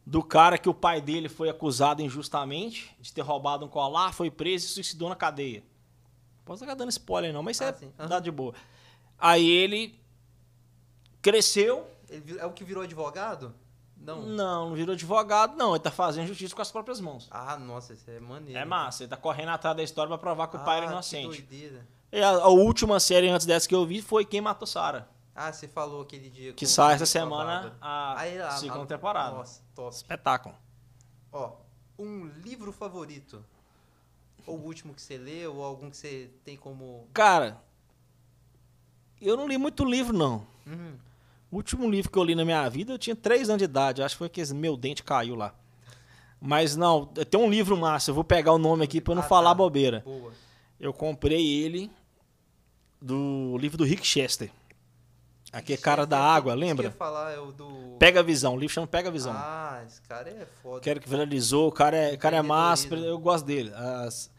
Do cara que o pai dele foi acusado injustamente de ter roubado um colar, foi preso e suicidou na cadeia. Não Posso estar dando spoiler, não, mas isso Ah, é sim. Aham. dá de boa. Aí ele cresceu. Ele vir- é o que virou advogado? Não. Não, não virou advogado, não. Ele tá fazendo justiça com as próprias mãos. Ah, nossa, isso é maneiro. É massa, ele tá correndo atrás da história pra provar que o pai era Ah, Que inocente. doideira. E a, a última série antes dessa que eu vi foi Quem Matou Sarah, Ah, você falou aquele dia. que com- sai essa com a semana Bárbara. a Aí, segunda temporada. Nossa, top. Espetáculo. Ó, um livro favorito. Ou o último que você leu, ou algum que você tem como. Cara, eu não li muito livro, não. Uhum. O último livro que eu li na minha vida, eu tinha 3 anos de idade. Acho que foi que esse meu dente caiu lá. Mas não, tem um livro massa. Eu vou pegar o nome aqui pra eu não Ah, falar tá. bobeira. Boa. Eu comprei ele do livro do Rick Chester. Aqui é Cara da Água, Eu lembra? ia falar, é o do. Pega a Visão. O livro chama Pega a Visão. Ah, esse cara é foda. Quero que viralizou, o cara é, o cara é massa, Empreendedorismo. eu gosto dele. As-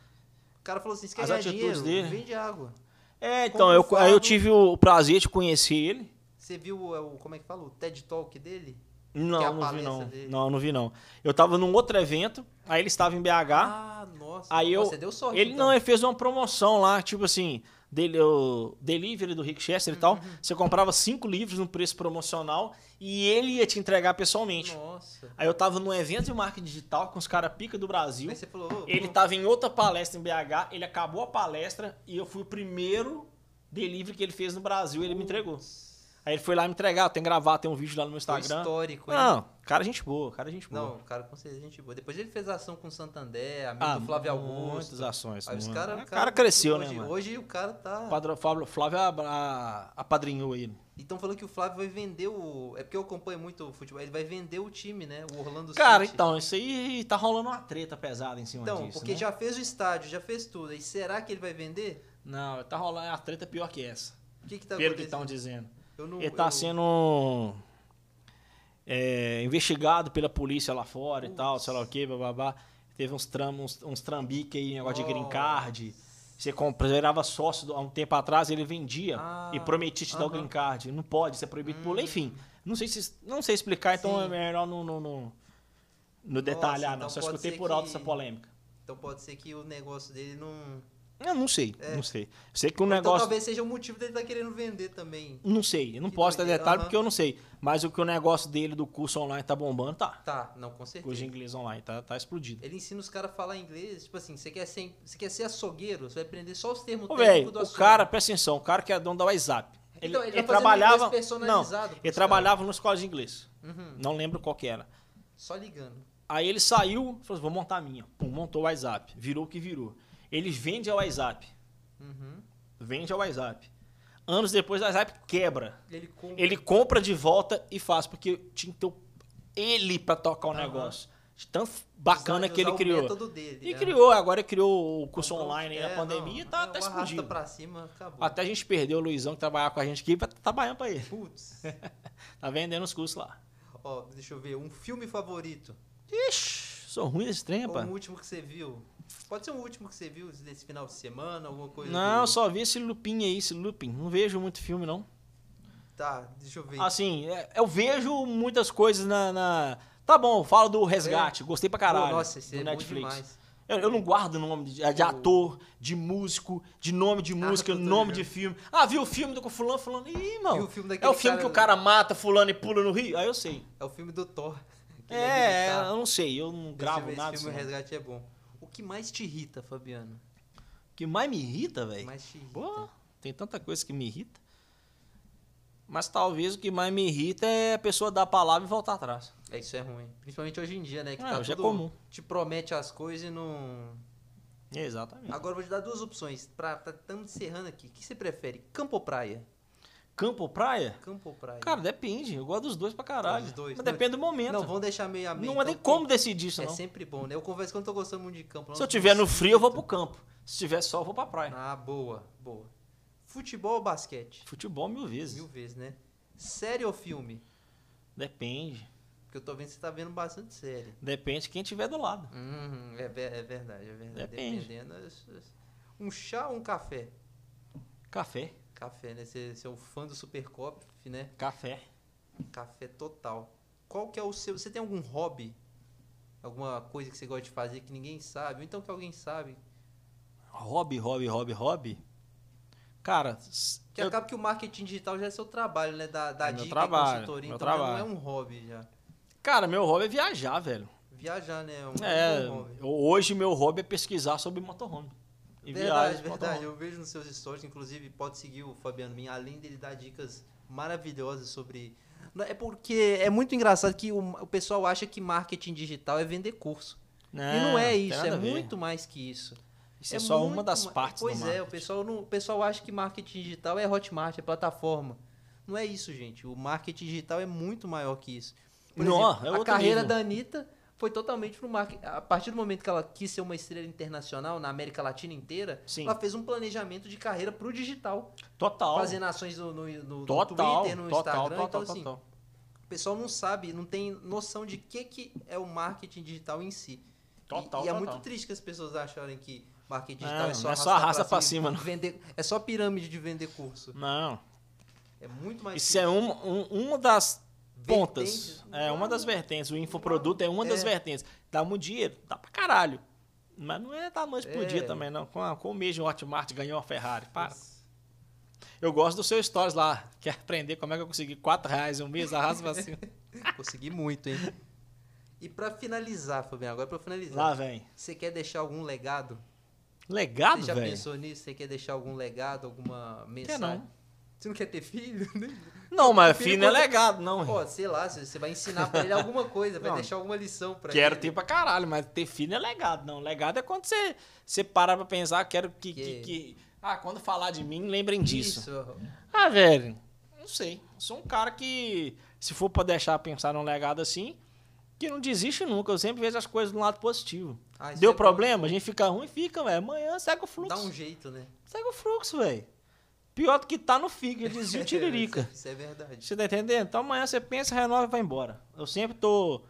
O cara falou assim: você quer As ganhar atitudes dinheiro? dele. Vende água. É, Como então, eu, falo- aí eu tive o prazer de conhecer ele. Você viu é, o, como é que fala? O TED Talk dele? Que é a Não, não vi palestra não. dele. Não, não vi não. Eu tava num outro evento, aí ele estava em BH. Ah, nossa. Aí eu- Você deu sorte. ele então. não, é ele fez uma promoção lá, tipo assim, dele, o delivery do Rick Chester e tal. Uhum. Você comprava cinco livros no preço promocional e ele ia te entregar pessoalmente. Nossa. Aí eu tava num evento de marketing digital com os caras pica do Brasil. Aí você falou: ô, Ele tá, ô, tava em outra palestra em BH, ele acabou a palestra e eu fui o primeiro delivery que ele fez no Brasil, ele me entregou. Uh. Aí ele foi lá me entregar, tem gravado, tem um vídeo lá no meu foi Instagram. Histórico, hein? Não, cara gente boa, cara gente boa. Não, o cara com certeza é gente boa. Depois ele fez ação com o Santander, amigo Ah, do Flávio Augusto. muitas ações. Aí os mano. cara, o cara cresceu, né, hoje, mano? Hoje o cara tá. O Padre Fábio- Flávio a- a- apadrinhou ele. Então falando que o Flávio vai vender o. É porque eu acompanho muito o futebol. Ele vai vender o time, né? O Orlando Cara, City. então, isso aí tá rolando uma treta pesada em cima Então, disso, porque né? já fez o estádio, já fez tudo. E será que ele vai vender? Não, tá rolando uma treta pior que essa. O que que tá pelo que acontecendo? estão dizendo. Eu não- Ele tá eu- sendo é, investigado pela polícia lá fora e tal, sei lá o que, bababá. Teve uns, tram, uns, uns trambique aí, negócio de green card. Você compra, você virava sócio do- há um tempo atrás, ele vendia Ah, e prometia te dar o aham. Hum. green card. Não pode, isso é proibido por lei. Enfim, não sei, se, não sei explicar, então Sim. é melhor não, não, não, não detalhar, então não. Só pode escutei ser por alto que- essa polêmica. Então pode ser que o negócio dele não. Eu não sei, não sei. Sei que o É. Então negócio. talvez seja o motivo dele tá querendo vender também. Não sei, eu não Que posso dar doideira, detalhe aham. porque eu não sei. Mas o que o negócio dele do curso online tá bombando, tá. Tá, não, com certeza. Curso de inglês online, tá, tá explodido. Ele ensina os caras a falar inglês, tipo assim, você quer ser, você quer ser açougueiro, você vai aprender só os termos Ô, técnicos velho, do o açougue. cara, presta atenção, o cara que é dono da WhatsApp. Ele, assim. Então, ele tá ele fazendo trabalhava. inglês Não, personalizado pros ele caras. trabalhava numa escola de inglês. Uhum, Não lembro qual que era. só ligando. Aí ele saiu, falou assim, vou montar a minha. Pum, montou o WhatsApp. Virou o que virou. Ele vende a WhatsApp. Uhum. Vende a WhatsApp. Anos depois, a WhatsApp quebra. Ele compra. Ele compra de volta e faz, porque tinha que ter o- ele pra tocar o Aham. negócio. De tão bacana Usar- que ele usar o criou. método dele, E né? criou, agora criou o curso Comprou- online aí é, na pandemia e não, tá, é, tá o arrasta explodindo. pra cima, acabou. Até a gente perdeu o Luizão que trabalhava com a gente aqui, tá trabalhando pra ele. Putz. Tá vendendo os cursos lá. Ó, deixa eu ver, um filme favorito. Ixi, sou ruim desse trem, Ou rapaz. um último que você viu. Pode ser um último que você viu desse final de semana, alguma coisa. Não, do- só vi esse Lupin aí, esse Lupin. Não vejo muito filme, não. Tá, deixa eu ver. Assim, é- eu vejo muitas coisas na. na- Tá bom, eu falo do resgate. Gostei pra caralho. É. Pô, nossa, esse do é bom Netflix. demais. Eu, eu não guardo nome de, de ator, de músico, de nome de música, Ah, tô nome de ligado. filme. Ah, viu o filme do fulano, fulano. Ih, Viu mano. o filme daquele É o filme cara- que o cara mata fulano e pula no rio? Aí eu sei. É o filme do Thor. que ele É, militar. eu não sei, eu não Esse gravo filme- nada. Esse filme, disso, o não. Resgate é bom. O que mais te irrita, Fabiano? O que mais me irrita, O que velho. mais te irrita? Pô, tem tanta coisa que me irrita. Mas talvez o que mais me irrita é a pessoa dar a palavra e voltar atrás. É, isso é ruim. Principalmente hoje em dia, né? Que É, tá hoje é tudo- comum. Te promete as coisas e não... Exatamente. Hum. Agora eu vou te dar duas opções. Pra, tá, estamos encerrando aqui. O que você prefere? Campo ou praia? Campo ou praia? Campo ou praia? Cara, depende. Eu gosto dos dois pra caralho. Dos dois. Mas depende do momento. não, vamos deixar meio a meio. Não então, tem porque como decidir isso, É não. sempre bom, né? Eu confesso que eu não tô gostando muito de campo. não. Se eu tiver no frio, eu vou pro campo. Se tiver sol, eu vou pra praia. Ah, boa, boa. Futebol ou basquete? Futebol mil vezes. Mil vezes, né? Série ou filme? Depende. Porque eu tô vendo que você tá vendo bastante série. Depende de quem tiver do lado. Hum, é, ve- é verdade, é verdade. Depende. Dependendo. é s- s- Um chá ou um café? Café. Café, né? Você, você é um fã do Supercop, né? Café. Café total. Qual que é o seu. Você tem algum hobby? Alguma coisa que você gosta de fazer que ninguém sabe? Ou então que alguém sabe? Hobby, hobby, hobby, hobby. Cara, s- Que eu, acaba que o marketing digital já é seu trabalho, né? Da, da É meu dica e trabalho, consultoria. meu então já trabalho. não é um hobby já. cara, meu hobby é viajar, velho. Viajar, né? É um É, bom hobby. eu- hoje meu hobby é pesquisar sobre motorhome. E verdade, viagem tá de verdade. motorhome. Eu vejo nos seus stories, inclusive, pode seguir o Fabiano Min, além dele dar dicas maravilhosas sobre. Não, É porque é muito engraçado que o, o pessoal acha que marketing digital é vender curso. e não é Né, tem isso, nada é a ver. muito mais que isso. Isso é, só uma muito das ma- partes Pois é, do o marketing. pessoal, não, o pessoal acha que marketing digital é Hotmart, é plataforma. Não é isso, gente. O marketing digital é muito maior que isso. Por Não, exemplo, é a outro carreira nível. da Anitta foi totalmente pro marketing. A partir do momento que ela quis ser uma estrela internacional na América Latina inteira, Sim. ela fez um planejamento de carreira pro digital. Total. Fazendo ações no, no, no- no total, Twitter, no total, Instagram. total, então, total, assim, o pessoal não sabe, não tem noção de que, que é o marketing digital em si. E- Total, e, é total. muito triste que as pessoas acharem que marketing Não, digital é só não é só arrasta pra cima, não. Vender, é só pirâmide de vender curso. Não, É muito mais isso é um- um- uma das Vertentes, pontas. É não. uma das vertentes. O infoproduto é uma das É. vertentes. Dá muito dinheiro, dá pra caralho. Mas não é da noite pro É. dia também, não. Com, a- com o mesmo Hotmart ganhou uma Ferrari. Para. Eu gosto do seu stories lá. Quer aprender como é que eu consegui 4 reais em um mês? Arrasa pra cima. Consegui muito, hein? E pra finalizar, Fabiano, agora pra finalizar. lá, vem. Você quer deixar algum legado? Legado, Você já velho. pensou nisso? Você quer deixar algum legado, alguma Quer mensagem? não. Você não quer ter filho? Não, mas Filho filho não é quando- legado, não. Pô, sei lá, você você vai ensinar pra ele alguma coisa, vai Não. deixar alguma lição pra Quero ele. ter pra caralho, mas ter filho não é legado, não. Legado é quando você, você para pra pensar, quero que, que- Que- que- Ah, quando falar de mim, lembrem disso. Isso. Ah, velho, não sei. Sou um cara que, se for pra deixar pensar num legado assim, que não desiste nunca. Eu sempre vejo as coisas do lado positivo. Ah, isso Deu é bom. problema? A gente fica ruim, fica, velho. Amanhã segue o fluxo. Dá um jeito, né? Segue o fluxo, velho. Pior do que tá, não fica. Já dizia o Tiririca. Isso é verdade. Você tá entendendo? Então amanhã você pensa, renova e vai embora. Eu sempre tô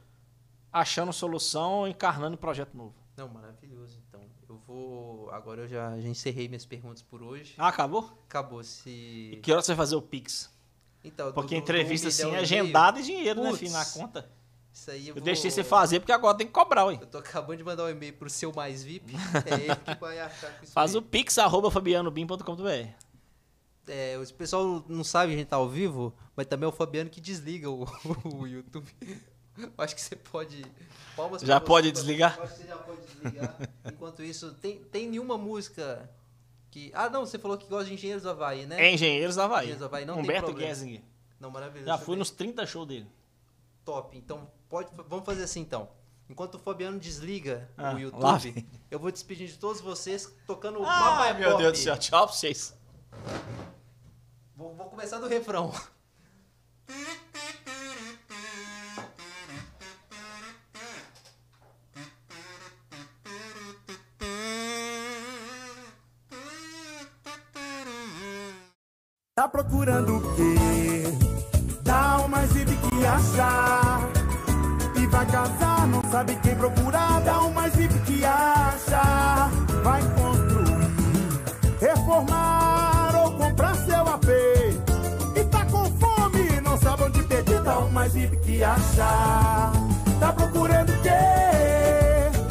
achando solução, encarnando um projeto novo. Não, maravilhoso. Então, eu vou. Agora eu já, já encerrei minhas perguntas por hoje. Ah, acabou? Acabou E se. que hora você vai fazer o Pix? Então, Porque do- do- do entrevista um assim é milhão e meio, agendada e dinheiro, né, Putz. filho, na conta. Isso aí eu, Eu vou- deixei você fazer porque agora tem que cobrar, ué. Eu tô acabando de mandar um e-mail pro seu mais VIP. É ele que vai achar com isso. Faz aí. o pix arroba fabianobim.com.br. É, o pessoal não sabe, a gente tá ao vivo, mas também é o Fabiano que desliga o, o YouTube. Eu Acho que você pode. Palmas Já pra pode você, desligar? Eu Acho que você já pode desligar. Enquanto isso, tem, tem nenhuma música que. Ah, não, você falou que gosta de Engenheiros do Havaí, né? É Engenheiros da Havaí. Engenheiros do Havaí, não tem Humberto problema. Gessinger. Não, maravilhoso. Já Deixa eu fui ver. nos 30 shows dele. Top. Então, pode, vamos fazer assim então. Enquanto o Fabiano desliga Ah, o lá YouTube, vem. eu vou despedindo de todos vocês tocando o Ai, Papai meu Pop. Deus do céu. Tchau pra vocês. Vou, vou começar do refrão. Tá procurando o quê? Dá um uma zibe que achar. E vai casar, não sabe quem procurar. Dá um uma zibe que achar. Vai construir, reformar ou comprar seu AP. E tá com um fome, não sabe onde pedir. Dá uma zibe que achar. Tá procurando o quê?